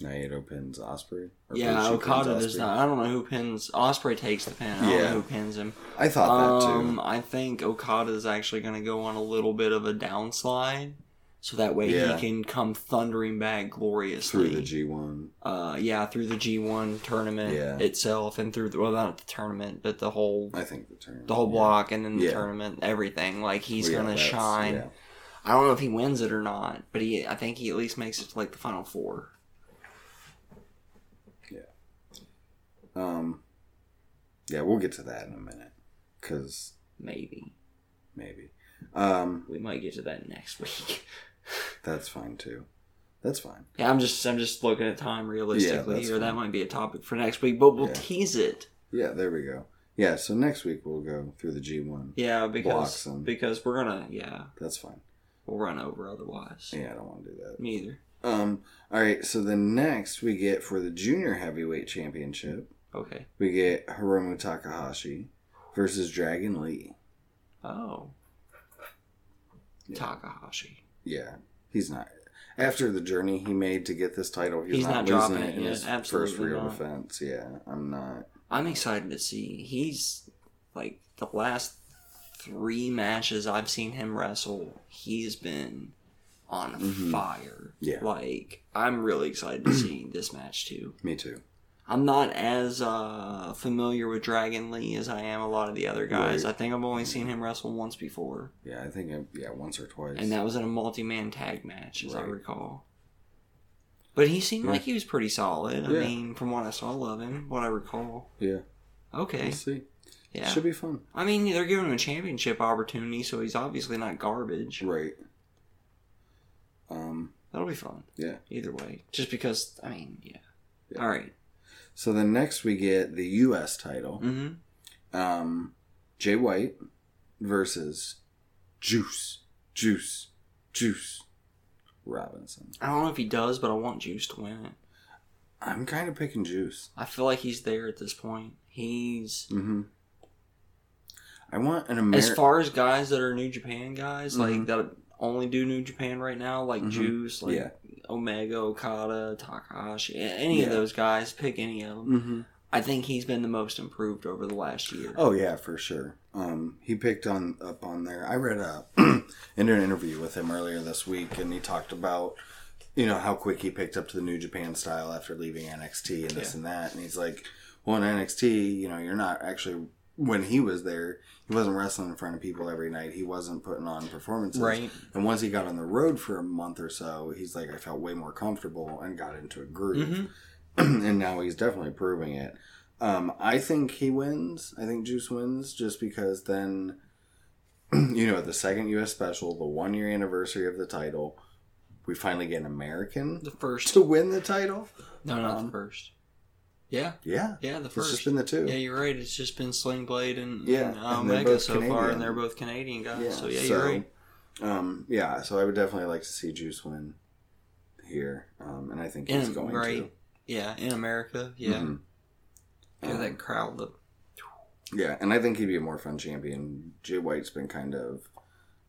Naito pins Osprey. Or Yeah, Bushi pins Okada does Osprey. not. I don't know who pins. Osprey takes the pin. I don't Yeah. know who pins him. I thought that Um, too. I think Okada is actually going to go on a little bit of a downslide, so that way Yeah. he can come thundering back gloriously. Through the G one. uh, yeah, through the G one tournament Yeah. itself, and through the, well, not the tournament, but the whole I think the turn. the whole block, and then the Yeah. tournament, everything. Like he's Well, yeah, going to that's- shine. yeah. I don't know if he wins it or not, but he I think he at least makes it to like the final four. Um, yeah, we'll get to that in a minute, because Maybe maybe. Um, we might get to that next [laughs] week. that's fine too. That's fine. Yeah, I'm just I'm just looking at time realistically that's here. That fine. might be a topic for next week, but we'll Yeah. tease it. Yeah, there we go. Yeah, so next week we'll go through the G one. Yeah, because Blocks and- because we're gonna yeah That's fine. we'll run over otherwise. Yeah, I don't want to do that. Me either. Um, all right. So then next we get for the junior heavyweight championship, Okay. we get Hiromu Takahashi versus Dragon Lee. Oh. Yeah. Takahashi. Yeah, he's not. After the journey he made to get this title, he's, He's not, not dropping losing it it in yet, his first absolutely real not. defense. Yeah, I'm not. I'm excited to see. He's like the last three matches I've seen him wrestle. He's been on Mhm. fire. Yeah. Like I'm really excited to see this match too. Me too. I'm not as uh, familiar with Dragon Lee as I am a lot of the other guys. Right. I think I've only seen him wrestle once before, Yeah, I think I, yeah once or twice. and that was in a multi-man tag match, as I Right. recall. But he seemed Yeah. like he was pretty solid. I Yeah. mean, from what I saw of him, what I recall. yeah, Okay, we'll see. yeah. Should be fun. I mean, they're giving him a championship opportunity, so he's obviously not garbage. Right. Um. That'll be fun. Yeah. Either way, just because I mean, yeah. Yeah. All right. So then next we get the U.S. title. Mm-hmm. Um, Jay White versus Juice, Juice, Juice Robinson. I don't know if he does, but I want Juice to win it. I'm kind of picking Juice. I feel like he's there at this point. He's Mm-hmm. I want an American. as far as guys that are New Japan guys, like Mhm. that only do New Japan right now, like Mhm. Juice, like Yeah. Omega, Okada, Takahashi, a- any of Yeah. those guys, pick any of them. Mm-hmm. I think he's been the most improved over the last year. Oh yeah, for sure. Um, he picked on up on there. I read a [clears throat] in an interview with him earlier this week, and he talked about you know how quick he picked up to the New Japan style after leaving NXT and this Yeah. and that. And he's like, well, in NXT, you know, you're not actually when he was there, he wasn't wrestling in front of people every night. He wasn't putting on performances. right? And once he got on the road for a month or so, he's like, I felt way more comfortable and got into a groove. hmm [clears throat] and now he's definitely proving it. Um, I think he wins. I think Juice wins just because then, [clears throat] you know, the second U.S. special, the one year anniversary of the title, we finally get an American The first? to win the title. No, not Um, the first. Yeah, Yeah, yeah, the it's first. just been the two. Yeah, you're right. It's just been Sling Blade and, Yeah, and, uh, and they're Omega both so far, Canadian. and they're both Canadian guys. so yeah, you're right. Um, yeah, so I would definitely like to see Juice win here, um, and I think he's And going right, to. yeah, in America, yeah, Mhm. yeah, Um, that crowd. The, Yeah, and I think he'd be a more fun champion. Jay White's been kind of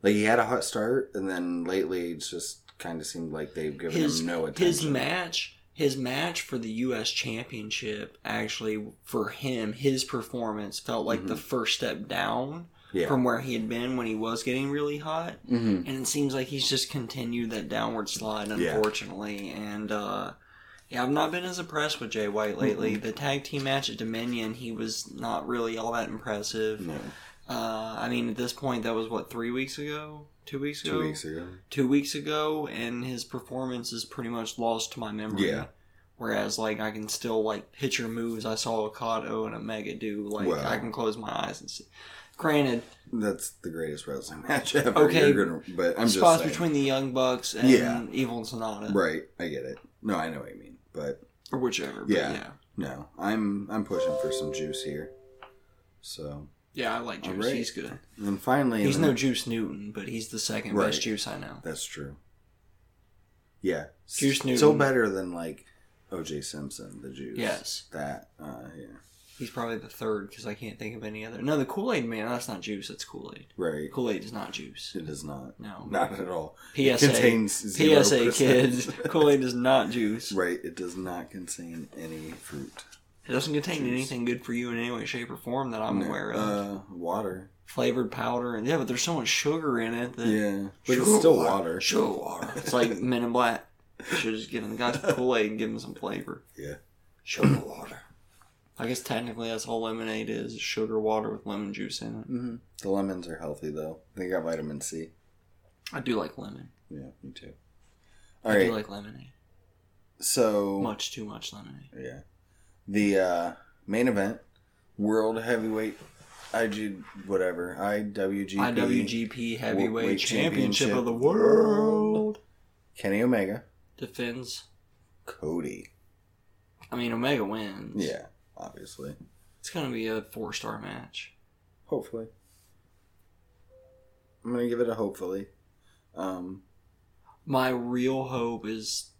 like he had a hot start, and then lately it's just kind of seemed like they've given His- him no his attention. match, his match for the U.S. Championship, actually for him, his performance felt like the first step down Mm-hmm. yeah, from where he had been when he was getting really hot. hmm and it seems like he's just continued that downward slide Yeah. unfortunately and uh yeah i've not been as impressed with jay white lately the tag team match at dominion he was not really all that impressive no, uh i mean at this point that was what three weeks ago two weeks ago two weeks ago. two weeks ago and his performance is pretty much lost to my memory Yeah. whereas like i can still like picture moves i saw Okado and omega do like Well. i can close my eyes and see granted That's the greatest wrestling [laughs] match ever. Okay, You're gonna, but I'm spots just saying, between the young bucks and Yeah. evil and sonata right. I get it. No, I know what you mean, but or whichever. but Yeah. Yeah. yeah, no, I'm I'm pushing for some juice here. So I like All Juice. right. He's good. and then finally, He's in no the- Juice Newton, but he's the second Right. best Juice I know. That's true. Yeah, Juice S- Newton. still better than like O.J. Simpson, the Juice. Yes, that. Uh, yeah, he's probably the third because I can't think of any other. No, the Kool Aid Man. That's not Juice. That's Kool Aid. right. Kool Aid is not Juice. It is not. No. Not at all. It PSA. contains zero PSA [laughs] kids. Kool Aid is not Juice. right. It does not contain any fruit. It doesn't contain Juice. anything good for you in any way, shape, or form that I'm No. aware of. Uh, water. Flavored powder and yeah, but there's so much sugar in it that Yeah, but it's still water. Sure, water. It's [laughs] like Men in Black. Should have just given the guys Kool Aid and give them some flavor. Yeah. Sugar water. I guess technically that's all lemonade is sugar water with lemon juice in it. hmm The lemons are healthy though. They got vitamin C. I do like lemon. Yeah, me too. All I right. do like lemonade. so Much too much lemonade. Yeah. The uh, main event, World Heavyweight IG whatever, IWGP IWGP Heavyweight Weight Championship, Championship of the World Kenny Omega, defends. Cody. I mean, Omega wins. Yeah, obviously. It's going to be a four star match. Hopefully. I'm going to give it a hopefully. Um My real hope is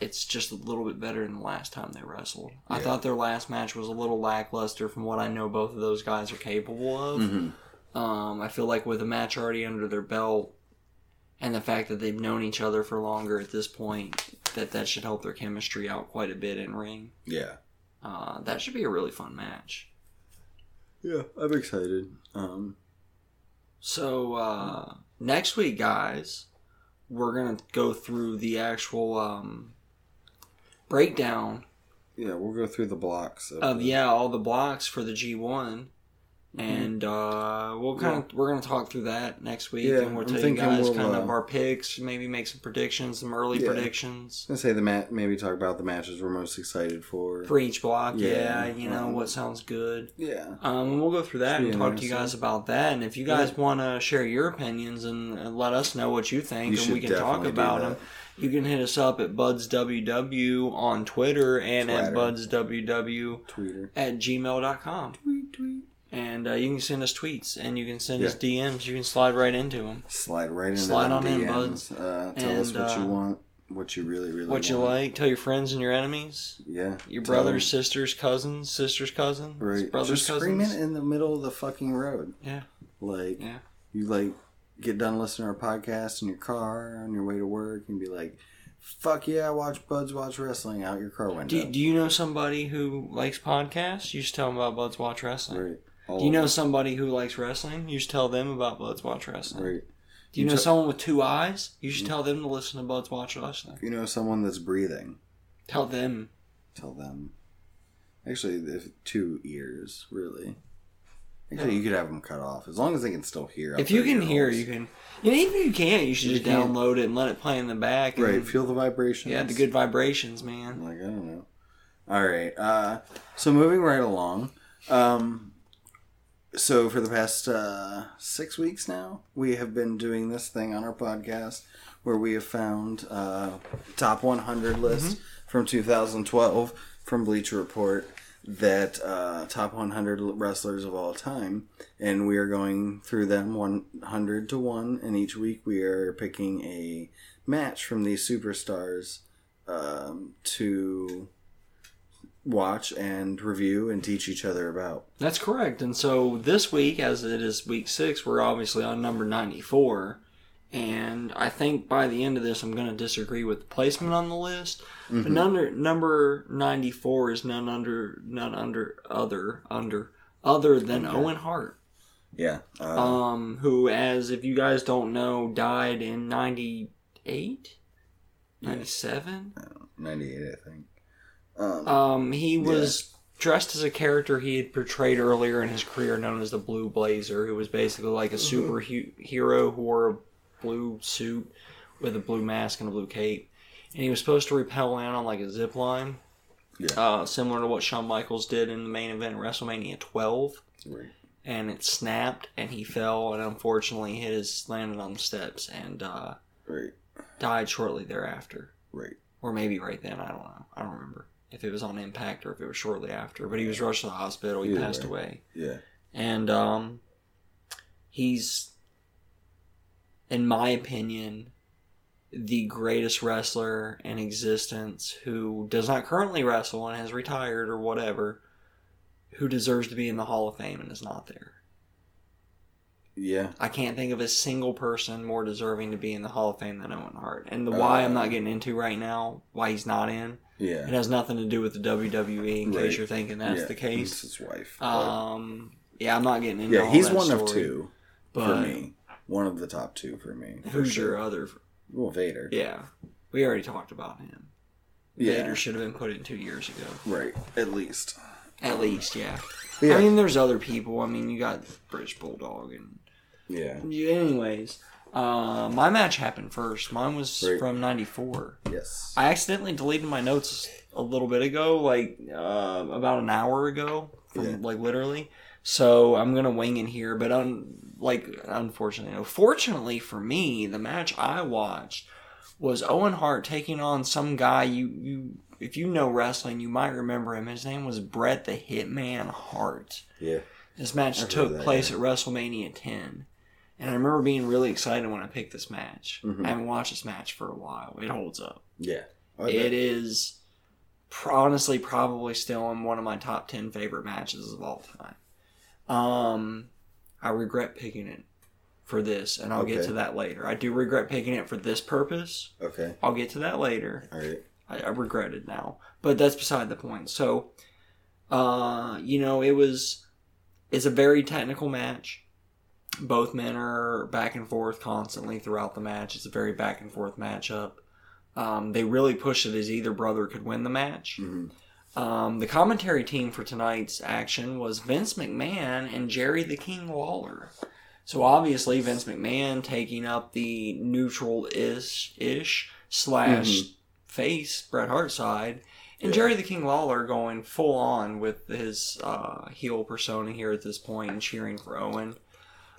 it's just a little bit better than the last time they wrestled. I Yeah. thought their last match was a little lackluster from what I know both of those guys are capable of. mhm. Um, I feel like with a match already under their belt and the fact that they've known each other for longer at this point, that that should help their chemistry out quite a bit in ring. Yeah. Uh, that should be a really fun match. Yeah, I'm excited. Um So uh, next week, guys, we're gonna go through the actual um, breakdown yeah, we'll go through the blocks of of the- yeah all the blocks for the G one, Mm-hmm. and uh, we'll kind of we're gonna talk through that next week, Yeah, and we'll I'm tell you thinking guys we'll, kind of uh, our picks, maybe make some predictions, some early Yeah. predictions I was gonna say the mat maybe talk about the matches we're most excited for. for each block. Yeah. Yeah, you know Um, what sounds good. yeah. Um, and we'll go through that Should and be talk to you interesting. guys about that. And if you guys want to share your opinions and, and let us know what you think, You and we should can talk definitely do about that. them, you can hit us up at budsww on Twitter and at budsww Tweeter. at gmail.com. Tweet, tweet. And uh, you can send us tweets and you can send us Yeah. DMs. You can slide right into them. Slide right into Slide them on in, DMs. Uh, tell us And, what you uh, want, what you really, really What you want. like, tell your friends and your enemies, Yeah. your tell 'em. brothers, sisters, cousins, sisters, cousins, Right. brothers, Just scream cousins. it in the middle of the fucking road. Yeah. Like Yeah. you like get done listening to our podcast in your car on your way to work and be like, Fuck yeah, watch Buds Watch Wrestling out your car window. Do, do you know somebody who likes podcasts? You just tell them about Bloods Watch Wrestling. Right. All Do you of know it. somebody who likes wrestling? You just tell them about Bloods Watch Wrestling. Right. Do You you know tell- Mm-hmm. someone with two eyes? You should tell them to listen to Bloods Watch Wrestling. If you know someone that's breathing, Tell them. tell them. Actually, if two ears, really. Actually, you could have them cut off as long as they can still hear. out if you their can ear hear, holes. you can. You know, even if you can't, you should You just can't. download it and let it play in the back. And, Right, feel the vibrations. Yeah, the good vibrations, man. Like I don't know. All right. Uh, so moving right along. Um, so for the past uh, six weeks now, we have been doing this thing on our podcast where we have found uh, top 100 lists from 2012 from Bleacher Report that uh, top 100 wrestlers of all time, and we are going through them 100 to one, and each week we are picking a match from these superstars um, to watch and review and teach each other about. That's correct. And so this week, as it is week six, we're obviously on number 94. And I think by the end of this, I'm going to disagree with the placement on the list. Mm-hmm. But number number 94 is none under none under other under other than Owen Hart, Yeah. Uh, um, who, as if you guys don't know, died in 98, 97. 98, I think. Um, Um, he was dressed as a character he had portrayed earlier in his career, known as the Blue Blazer, who was basically like a superhero who wore a blue suit with a blue mask and a blue cape, and he was supposed to repel down on like a zip line, Yeah. uh, similar to what Shawn Michaels did in the main event at WrestleMania 12. right. And it snapped, and he fell, and unfortunately, hit his landed on the steps and uh, Right. died shortly thereafter Right. or maybe right then. I don't know. I don't remember if it was on impact or if it was shortly after. But he was rushed to the hospital. He Either passed way. away, Yeah. and um, he's, in my opinion, the greatest wrestler in existence who does not currently wrestle and has retired or whatever, who deserves to be in the Hall of Fame and is not there. Yeah. I can't think of a single person more deserving to be in the Hall of Fame than Owen Hart. And the why I'm not getting into right now, why he's not in, Uh, Yeah. it has nothing to do with the WWE, in Right. case you're thinking that's Yeah, the case. It's his wife. Um, yeah, I'm not getting into. yeah, all he's that one of story, two for but me. One of the top two for me. For Who's sure. your other? Well, Vader. Yeah, we already talked about him. Yeah. Vader should have been put in two years ago, Right. At least. at least. Yeah. Yeah. I mean, there's other people. I mean, you got British Bulldog and. yeah. Anyways, uh, my match happened first. Mine was Right. from '94. Yes. I accidentally deleted my notes a little bit ago, like uh, about an hour ago, from, Yeah. like literally. So I'm gonna wing in here, but un- like unfortunately, no. fortunately for me, the match I watched was Owen Hart taking on some guy you you if you know wrestling, you might remember him. His name was Brett the Hitman Hart. yeah. This match I've heard took of that, place at WrestleMania 10. And I remember being really excited when I picked this match. Mhm. I haven't watched this match for a while. It holds up. Yeah. I It bet. is pr- honestly probably still in one of my top 10 favorite matches of all time. Um, I regret picking it for this, and I'll get Okay. to that later. I do regret picking it for this purpose. Okay. I'll get to that later. All right. I, I regret it now, but that's beside the point. So, uh, you know, it was it's a very technical match. Both men are back and forth constantly throughout the match. It's a very back and forth matchup. Um, they really pushed it as either brother could win the match. Mhm. Um, the commentary team for tonight's action was Vince McMahon and Jerry the King Lawler. So obviously Vince McMahon taking up the neutral ish ish slash face Bret Hart side, and Mm-hmm. Yeah. Jerry the King Lawler going full on with his uh, heel persona here at this point and cheering for Owen.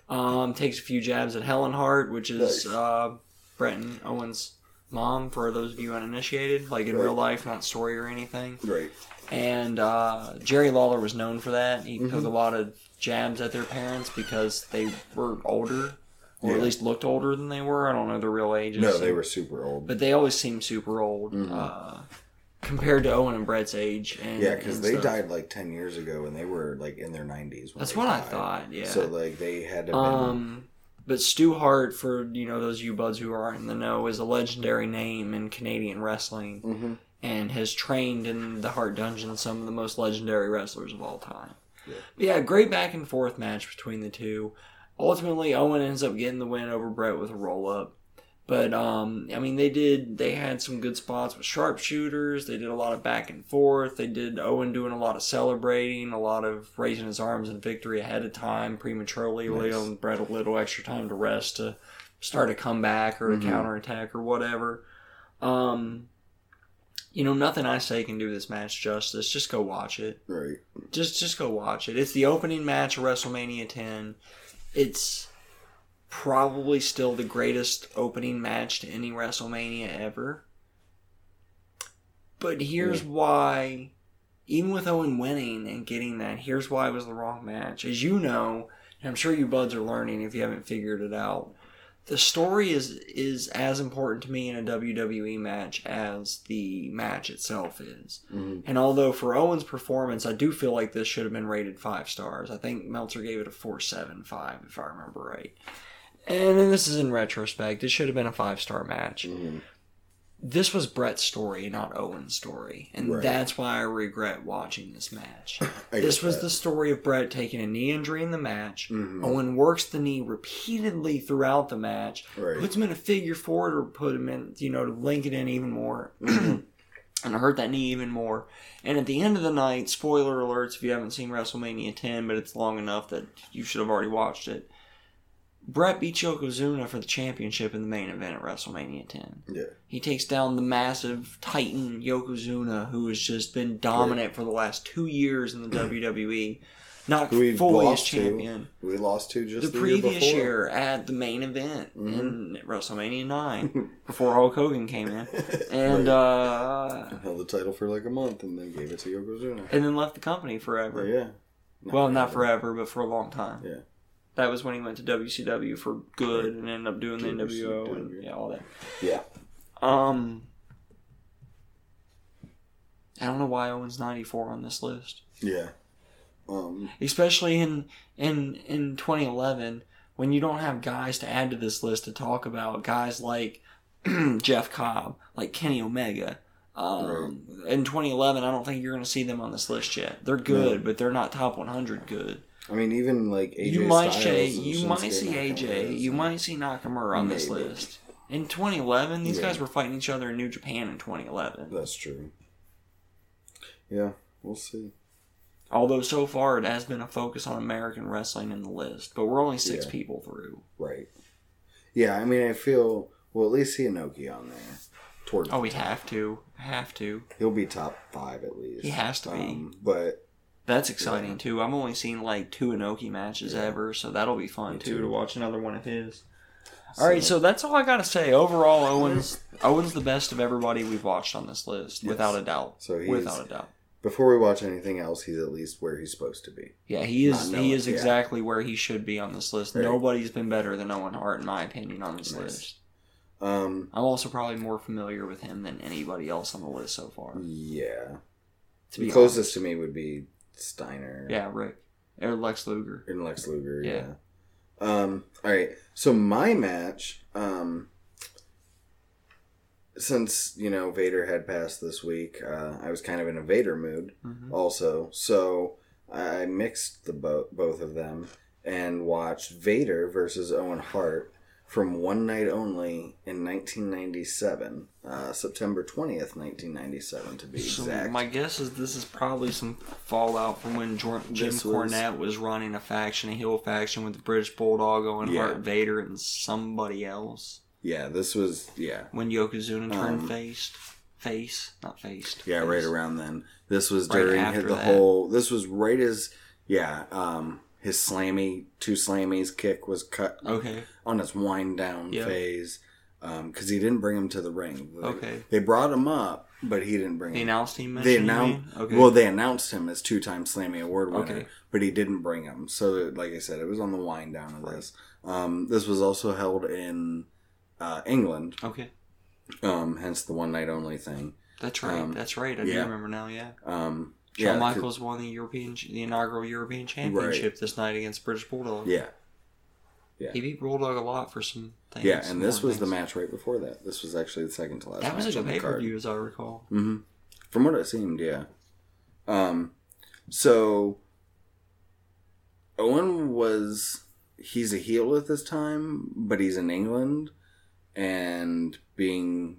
Um, takes a few jabs at Helen Hart, which is Nice. uh, Bret and Owen's mom. For those of you uninitiated, like in Right. real life, not story or anything. Right. And uh, Jerry Lawler was known for that. He Mm-hmm. took a lot of jabs at their parents because they were older, or at Yeah. least looked older than they were. I don't know their real ages. No, they were Mm-hmm. super old. But they always seem super old uh, compared to Owen and Brett's age. And, Yeah, because and they stuff. died like ten years ago, and they were like in their nineties. That's what I thought. Yeah. So like they had to. um, But Stu Hart, for you know those you buds who aren't in the know, is a legendary name in Canadian wrestling Mm-hmm. and has trained in the Hart Dungeon some of the most legendary wrestlers of all time. Yeah. But yeah, great back and forth match between the two. Ultimately, Owen ends up getting the win over Brett with a roll up. But um, I mean, they did. They had some good spots with sharpshooters. They did a lot of back and forth. They did Owen doing a lot of celebrating, a lot of raising his arms in victory ahead of time prematurely, Nice. letting Brett a little extra time to rest to start a comeback or a Mhm. counterattack or whatever. Um, you know, nothing I say can do this match justice. Just go watch it. Right. Just just go watch it. It's the opening match of WrestleMania 10. It's probably still the greatest opening match to any WrestleMania ever. But here's why even with Owen winning and getting that, here's why it was the wrong match. As you know, and I'm sure you buds are learning if you haven't figured it out, the story is is as important to me in a WWE match as the match itself is. Mhm. And although for Owen's performance, I do feel like this should have been rated five stars. I think Meltzer gave it a four seven five, if I remember right. And then this is in retrospect. It should have been a five star match. Mhm. This was Brett's story, not Owen's story. And Right. that's why I regret watching this match. I this get was that. the story of Brett taking a knee injury in the match. Mhm. Owen works the knee repeatedly throughout the match Right. puts him in a figure forward or put him in, you know, to link it in even more [clears throat] Mhm. and hurt that knee even more. And at the end of the night, spoiler alerts if you haven't seen WrestleMania 10, but it's long enough that you should have already watched it. Brett beats Yokozuna for the championship in the main event at WrestleMania 10. Yeah. He takes down the massive Titan Yokozuna, who has just been dominant for the last two [clears throat] years in the WWE, not Who he fully as lost to champion We lost two just the, the, previous [laughs] year, year Mm-hmm. at the main event in [laughs] WrestleMania 9 Mhm. before Hulk Hogan came in. before. And Right. uh held the title for like a month and then gave it to Yokozuna. and then left the company forever. yeah. Well, not forever, but for a long time. Yeah. That was when he went to WCW for good and ended up doing the NWO and WCW. yeah, all that. Yeah. Um I don't know why Owen's 94 on this list. Yeah. Um, especially in in in 2011 when you don't have guys to add to this list to talk about guys like [clears throat] Jeff Cobb, like Kenny Omega. Um, In 2011, I don't think you're going to see them on this list yet. They're good, but they're not top 100 good. I mean, even like AJ you might Styles say and you Shinsuke might see Nakamura AJ, is- you might see Nakamura on this Maybe. list. In 2011, these Yeah. guys were fighting each other in New Japan in 2011. That's true. Yeah, we'll see. Although so far it has been a focus on American wrestling in the list, but we're only six Yeah. people through. Right. Yeah, I mean, I feel we'll at least see Inoki on there. Toward Oh, we have to. Have to. he'll be top five at least. Um, He has to be. but That's exciting too. I've only seen like two Inoki matches Yeah. ever, so that'll be fun Me too, too. to watch another one of his. All right, so that's all I gotta say. Overall, Owens Owens the best of everybody we've watched on this list, Yes. without a doubt. So he's- without a doubt, before we watch anything else, he's at least where he's supposed to be. yeah, he is. Not He Noah, is yeah. exactly where he should be on this list. Right. Nobody's been better than Owen Hart, in my opinion, on this Nice. list. Um, I'm also probably more familiar with him than anybody else on the list so far. yeah. To be the closest to me would be Steiner. honest. yeah, Rick or Lex Luger. And Lex Luger, yeah. Yeah. Um, all right. So my match, um since, you know, Vader had passed this week, uh, I was kind of in a Vader mood Mhm. also. So I mixed the bo- both of them and watched Vader versus Owen Hart from One Night Only in 1997, uh, September 20th, 1997 to be So exact. my guess is this is probably some fallout from when Jor- Jim This was- Cornette was running a faction, a heel faction with the British Bulldog, Owen Yeah. Hart, Vader, and somebody else. yeah, this was yeah. When Yokozuna turned Um, faced, face, not faced. Yeah, faced. right around then. This was Right during after the that. whole. This was right as yeah, um, his slammy two slammies kick was cut Okay, on his wind down Yeah. phase because he didn't bring him to the ring. They, Okay. they brought him up, but he didn't bring the him. announced team. they mentioned, you announced mean? Okay. well, they announced him as two time Slammy Award winner, Okay. but he didn't bring him. So, like I said, it was on the wind down of this. Um, this was also held in uh, England, okay, um, hence the one night only thing. that's right. Um, that's right. I do yeah. remember now. Yeah, Um, Shawn yeah, 'cause- Michaels won the European, the inaugural European Championship this night against British Bulldog. Yeah. Yeah. He beat Bulldog a lot for some things. Yeah, and this more was the things. match right before that. This was actually the second to last. That was match like a on the pay per card. view, as I recall. Mm-hmm. From what it seemed, yeah. Um, so Owen was he's a heel at this time, but he's in England and being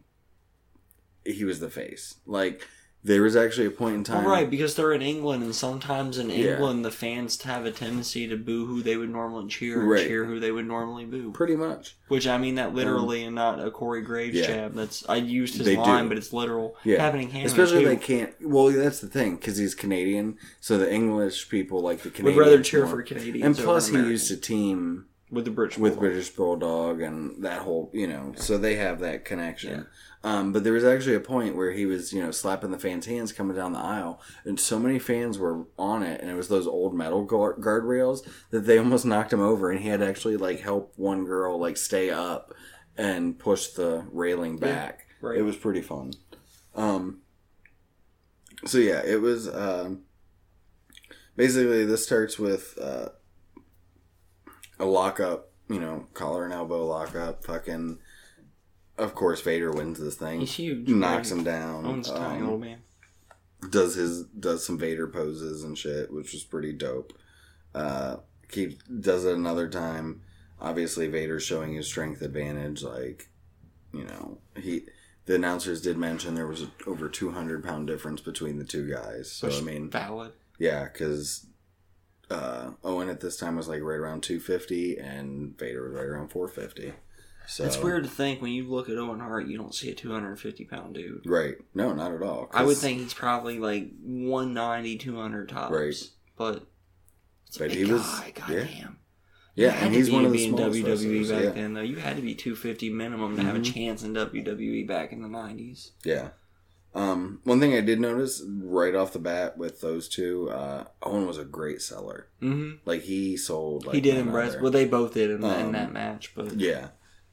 he was the face. Like there was actually a point in Well, time, right, because they're in England, and sometimes in Yeah. England the fans have a tendency to boo who they would normally cheer and Right. cheer who they would normally boo. Pretty much, Which I mean that literally, and not a Corey Graves Yeah. jab. That's I used his They line, do. but it's literal. Yeah. happening here. especially too. they can't. Well, that's the thing because he's Canadian, so the English people like the would Canadian. rather cheer for Canadians. And plus, he over used to team with the British with Bulldog. British Bulldog and that whole, you know, so they have that connection. Um, but there was actually a point where he was, you know, slapping the fans' hands coming down the aisle, and so many fans were on it, and it was those old metal guard- guardrails that they [laughs] almost knocked him over, and he had to actually like help one girl like stay up and push the railing back. right. It was pretty fun. Um, so yeah, it was um basically this starts with uh, a lockup, you know, collar and elbow lockup. Fucking, of course, Vader wins this thing, He's huge. knocks right? him down, Owns a tiny um, old man. does his does some Vader poses and shit, which was pretty dope. Uh, keep does it another time. Obviously, Vader's showing his strength advantage. Like, you know, he the announcers did mention there was over two hundred pound difference between the two guys. So Which I mean, valid. yeah, because uh, Owen at this time was like right around 250, and Vader was right around 450. So It's weird to think when you look at Owen Hart, you don't see a 250 pound dude. Right? No, not at all. 'cause- I would think he's probably like 190, 200 tops. Right. But, it's a But big he was- guy, yeah. goddamn. yeah, You had and to he's be one to of the be in smallest WWE wrestlers, E back yeah. then, though. You had to be 250 minimum to have a Mhm. chance in WWE back in the 90s. Yeah. Um, one thing I did notice right off the bat with those two, uh, Owen was a great seller. hmm Like he sold. Like, he did none impress. other. Well, they both did in, that in Um, that match, but Yeah.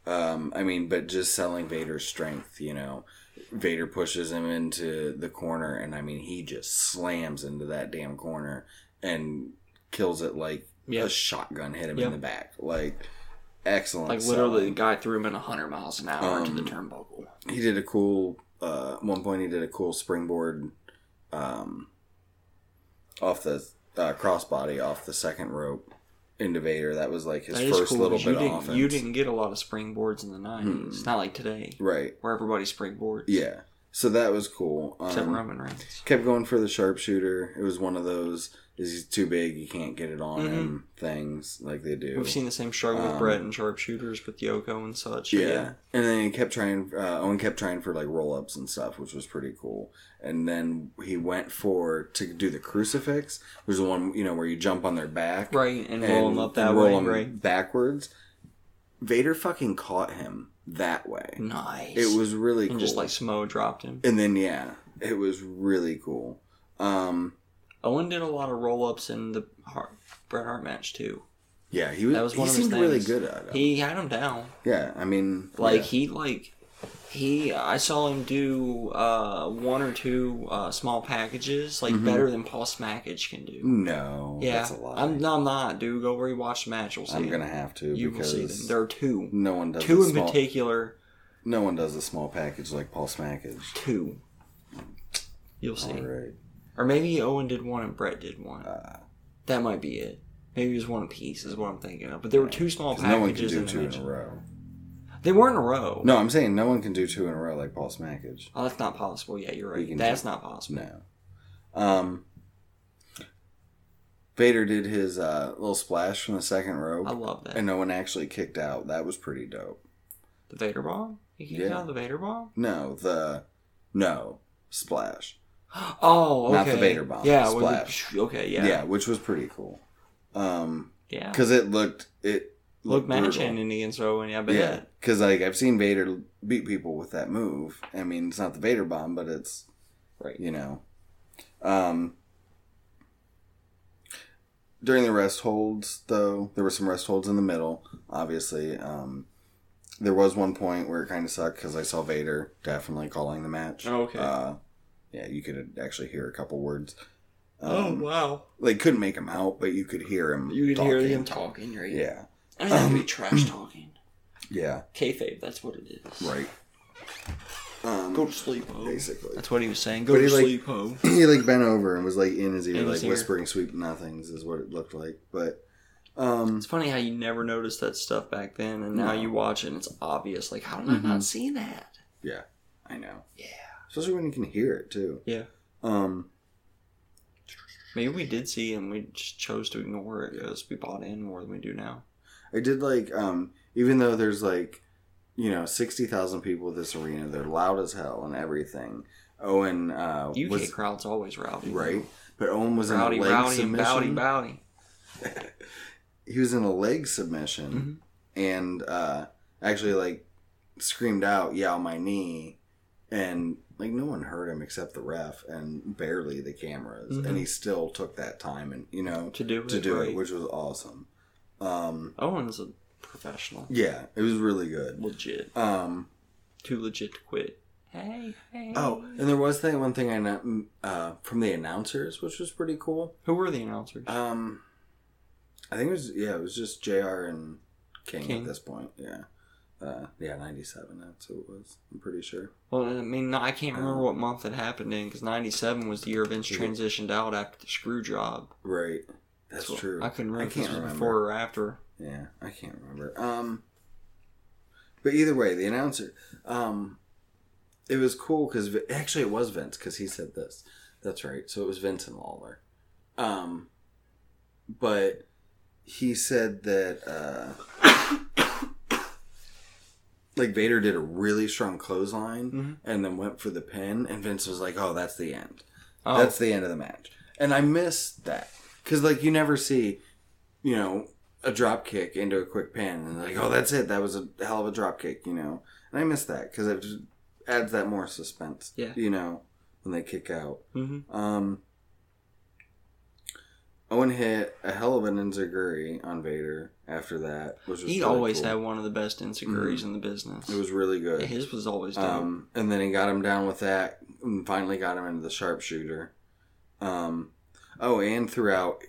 Um, I mean, but just selling Vader's strength, you know, Vader pushes him into the corner, and I mean, he just slams into that damn corner and kills it like yeah, a shotgun hit him Yep. in the back. Like, excellent. like literally, the selling. guy threw him in 100 miles an hour to the Um, turnbuckle. he did a cool uh at one point he did a cool springboard um off the uh, crossbody off the second rope into Vader. That was like his That is first cool, little 'cause bit you of didn't, offense. You didn't get a lot of springboards in the 90s. Not like today, Right. where everybody springboards. Yeah. So that was cool. Except Um, Roman Reigns. kept going for the sharpshooter. It was one of those is he's too big, you can't get it on Mhm. him things like they do. We've seen the same struggle with Um, Brett and sharpshooters with Yoko and such. Yeah. And then he kept trying, uh, Owen kept trying for like roll ups and stuff, which was pretty cool. And then he went for to do the crucifix, which is the one, you know, where you jump on their back. Right, and, roll them up that and roll way. 'em Right. backwards. Vader fucking caught him that way. Nice. It was really and cool. just like Samoa dropped him. and then, yeah, it was really cool. Um, Owen did a lot of roll ups in the Hart, Bret Hart match too. yeah, he was, That was he one of his seemed really things. good at it. He had him down. yeah, I mean, Like yeah. he like he I saw him do uh, one or two uh, small packages like Mhm. better than Paul Smackage can do. no, yeah, that's a lot. I'm, no, I'm not, dude. Go rewatch the match. You'll see. I'm it. gonna have to You will because see them. There are two, no one does two the in small- particular. No one does a small package like Paul Smackage. Two. You'll see. All right. Or maybe Owen did one and Brett did one. Uh, That might be it. Maybe it was one apiece, is what I'm thinking of. But there were two small 'cause no one can packages do in the two in match. a row. They were in a row. No, I'm saying no one can do two in a row like Paul Smackage. Oh, that's not possible. Yeah, you're We right. can That's not possible. No. Um, Vader did his uh, little splash from the second rope, I love that. and no one actually kicked out. That was pretty dope. the Vader bomb? You can Yeah. tell the Vader bomb? [gasps] No, the no splash. Oh, okay. Not the Vader bomb, Yeah, the with the- splash. okay, yeah. yeah, which was pretty cool. Um, Yeah. because it looked it Look looked match brutal. ending against Owen, I bet. Yeah, because like I've seen Vader beat people with that move. I mean, it's not the Vader bomb, but it's Right. You know, um, during the rest holds, though, there were some rest holds in the middle. Obviously, um, there was one point where it kind of sucked because I saw Vader definitely calling the match. Oh, okay. Uh, yeah, you could actually hear a couple words. oh, Um, wow. They couldn't make him out, but you could hear him. You could hear talking. him talking, right? Yeah. I mean, that would be [clears throat] trash talking. Yeah, Kayfabe, that's what it is. right. Um, Go to sleep, ho. basically. That's what he was saying. Go But to he, like- sleep, ho. he like bent over and was like in his ear, In like his ear. whispering sweet nothings is what it looked like. But um It's funny how you never noticed that stuff back then, and now No. you watch it and it's obvious. Like, how did I Mhm. not see that? yeah, I know. Mm-hmm. Yeah. Especially when you can hear it too. Yeah. Um Maybe we did see him. We just chose to ignore it because we bought in more than we do now. I did like um even though there's like you know, sixty thousand people at this arena, they're loud as hell and everything. Owen uh UK was crowd's always rowdy. right. But Owen was Rowdy, in a leg rowdy, and submission. bowdy, bowdy. he was in a leg submission Mhm. and uh actually like screamed out yeah on my knee and like no one heard him except the ref and barely the cameras Mhm. and he still took that time and you know To do it. to do right. it which was awesome um Owen's a professional. yeah it was really good Legit. um Too legit to quit. Hey, hey. oh and there was that one thing i know uh from the announcers which was pretty cool Who were the announcers? Um, I think it was yeah, it was just Jr. and King, King. at this point. Yeah, uh, yeah, ninety seven. That's who it was. I'm pretty sure. Well, I mean, I can't remember Um, what month it happened in because '97 was the year Vince Yeah. transitioned out after the screw job. Right. That's So true. I couldn't remember I if this can't was remember. before or after. Yeah, I can't remember. Um, but either way, the announcer. Um, it was cool because actually it was Vince because he said this. That's right. So it was Vince and Lawler. Um, but he said that uh, [coughs] like Vader did a really strong clothesline Mhm. and then went for the pin, and Vince was like, "Oh, that's the end." Oh, That's the end of the match. And I miss that. Because, like, you never see, you know, a drop kick into a quick pin and, like, oh, that's it. That was a hell of a drop kick, you know? And I miss that because it just adds that more suspense, Yeah. you know, when they kick out. mhm. Um, Owen hit a hell of an enziguri on Vader after that. Which was he really always cool. Mm-hmm. had one of the best insecurities in the business. It was really good. Yeah, his was always dope. Um, and then he got him down with that, and finally got him into the sharpshooter. Um, oh, and throughout,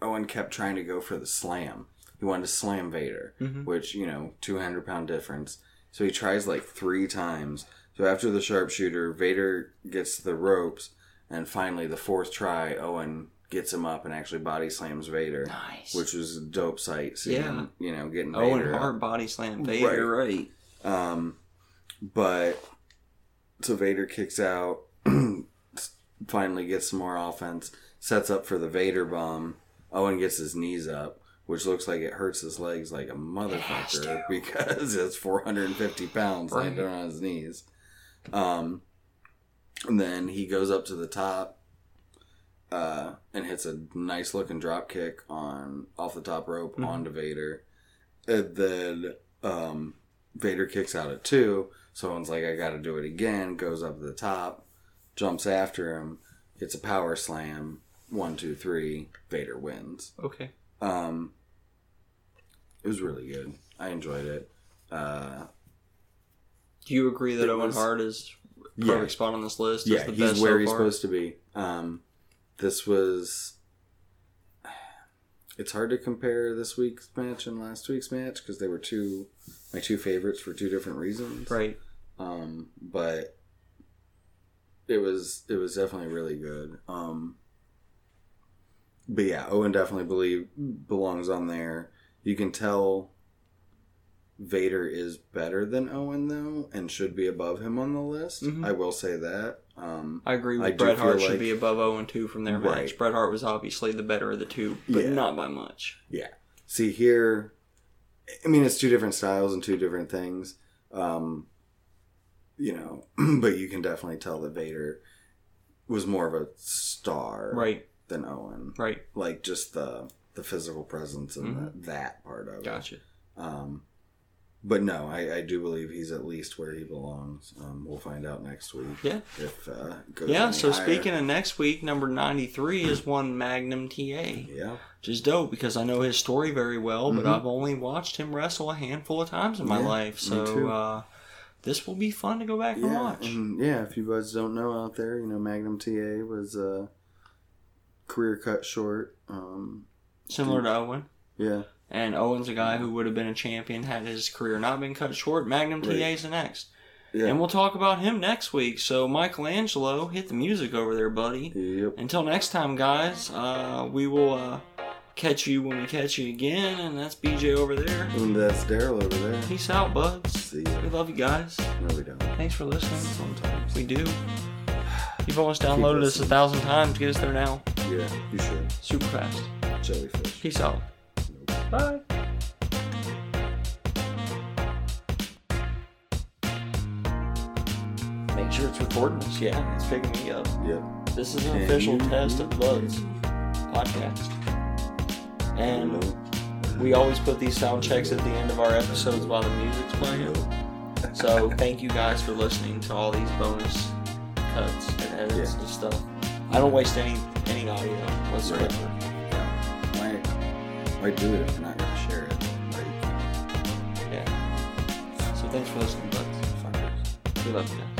Owen kept trying to go for the slam. He wanted to slam Vader, Mhm. which you know, two hundred pound difference. So he tries like three times. So after the sharpshooter, Vader gets to the ropes, and finally, the fourth try, Owen gets him up and actually body slams Vader, nice. which was a dope sight. Seeing, Yeah. you know, getting Owen Vader up. Hart body slam Vader, right? Um, but so Vader kicks out, [clears throat] finally gets some more offense, sets up for the Vader bomb. Owen gets his knees up, which looks like it hurts his legs like a has motherfucker to. [laughs] because it's 450 pounds Right. landing on his knees. Um, and then he goes up to the top. Uh, and hits a nice looking drop kick on off the top rope Mhm. onto Vader, and then um, Vader kicks out at two. Someone's like, I got to do it again. Goes up to the top, jumps after him, hits a power slam. One, two, three. Vader wins. Okay. Um, it was really good. I enjoyed it. Uh, Do you agree that It Owen was- Hart is perfect yeah, spot on this list? yeah. is the He's best where so he's far? supposed to be. Um, this was. It's hard to compare this week's match and last week's match because they were two my two favorites for two different reasons. Right. um, but it was it was definitely really good. Um, but yeah, Owen definitely believe belongs on there. You can tell Vader is better than Owen though, and should be above him on the list. Mhm. I will say that. Um, I agree with I do Bret Hart feel like- should be above 0 and 2 from their Right. match. Bret Hart was obviously the better of the two, but Yeah. not by much. see here i mean it's two different styles and two different things um you know [clears throat] but you can definitely tell that vader was more of a star Right, than owen right. like just the the physical presence and the, that part of it Mm-hmm. Gotcha. um but no I, I do believe he's at least where he belongs um we'll find out next week Yeah. if uh it goes Yeah, any so higher. speaking of next week, number 93 is one Magnum TA, yeah which is dope because I know his story very well, but Mhm. I've only watched him wrestle a handful of times in my Yeah, life. So too. uh, this will be fun to go back and yeah, watch. and yeah. If you guys don't know out there, you know Magnum TA was uh, career cut short. Um, Similar to Owen. yeah, And Owen's a guy who would have been a champion had his career not been cut short. Magnum Right. TA is the next. Yeah. And we'll talk about him next week. So, Michelangelo, hit the music over there, buddy. Yep. Until next time, guys, uh, we will uh, catch you when we catch you again. And that's BJ over there. And that's Daryl over there. Peace out, buds. See We ya. love you guys. No, we don't. Thanks for listening. Sometimes. We do. You've almost downloaded us a listening. thousand times. Get us there now. Yeah, you should. Super fast. Jellyfish. Peace out. Bye. Make sure it's recording us. Yeah, it's picking me up. Yep. This is an Can official you- test of Buds podcast. And Nope. we always put these sound checks at the end of our episodes while the music's playing. Nope. So thank you guys for listening to all these bonus cuts and edits Yeah. and stuff. I don't waste any any audio whatsoever. Yeah. Why, why do it if you're not going to share it? Like, Yeah. So thanks for listening, buds. fuckers. We love you.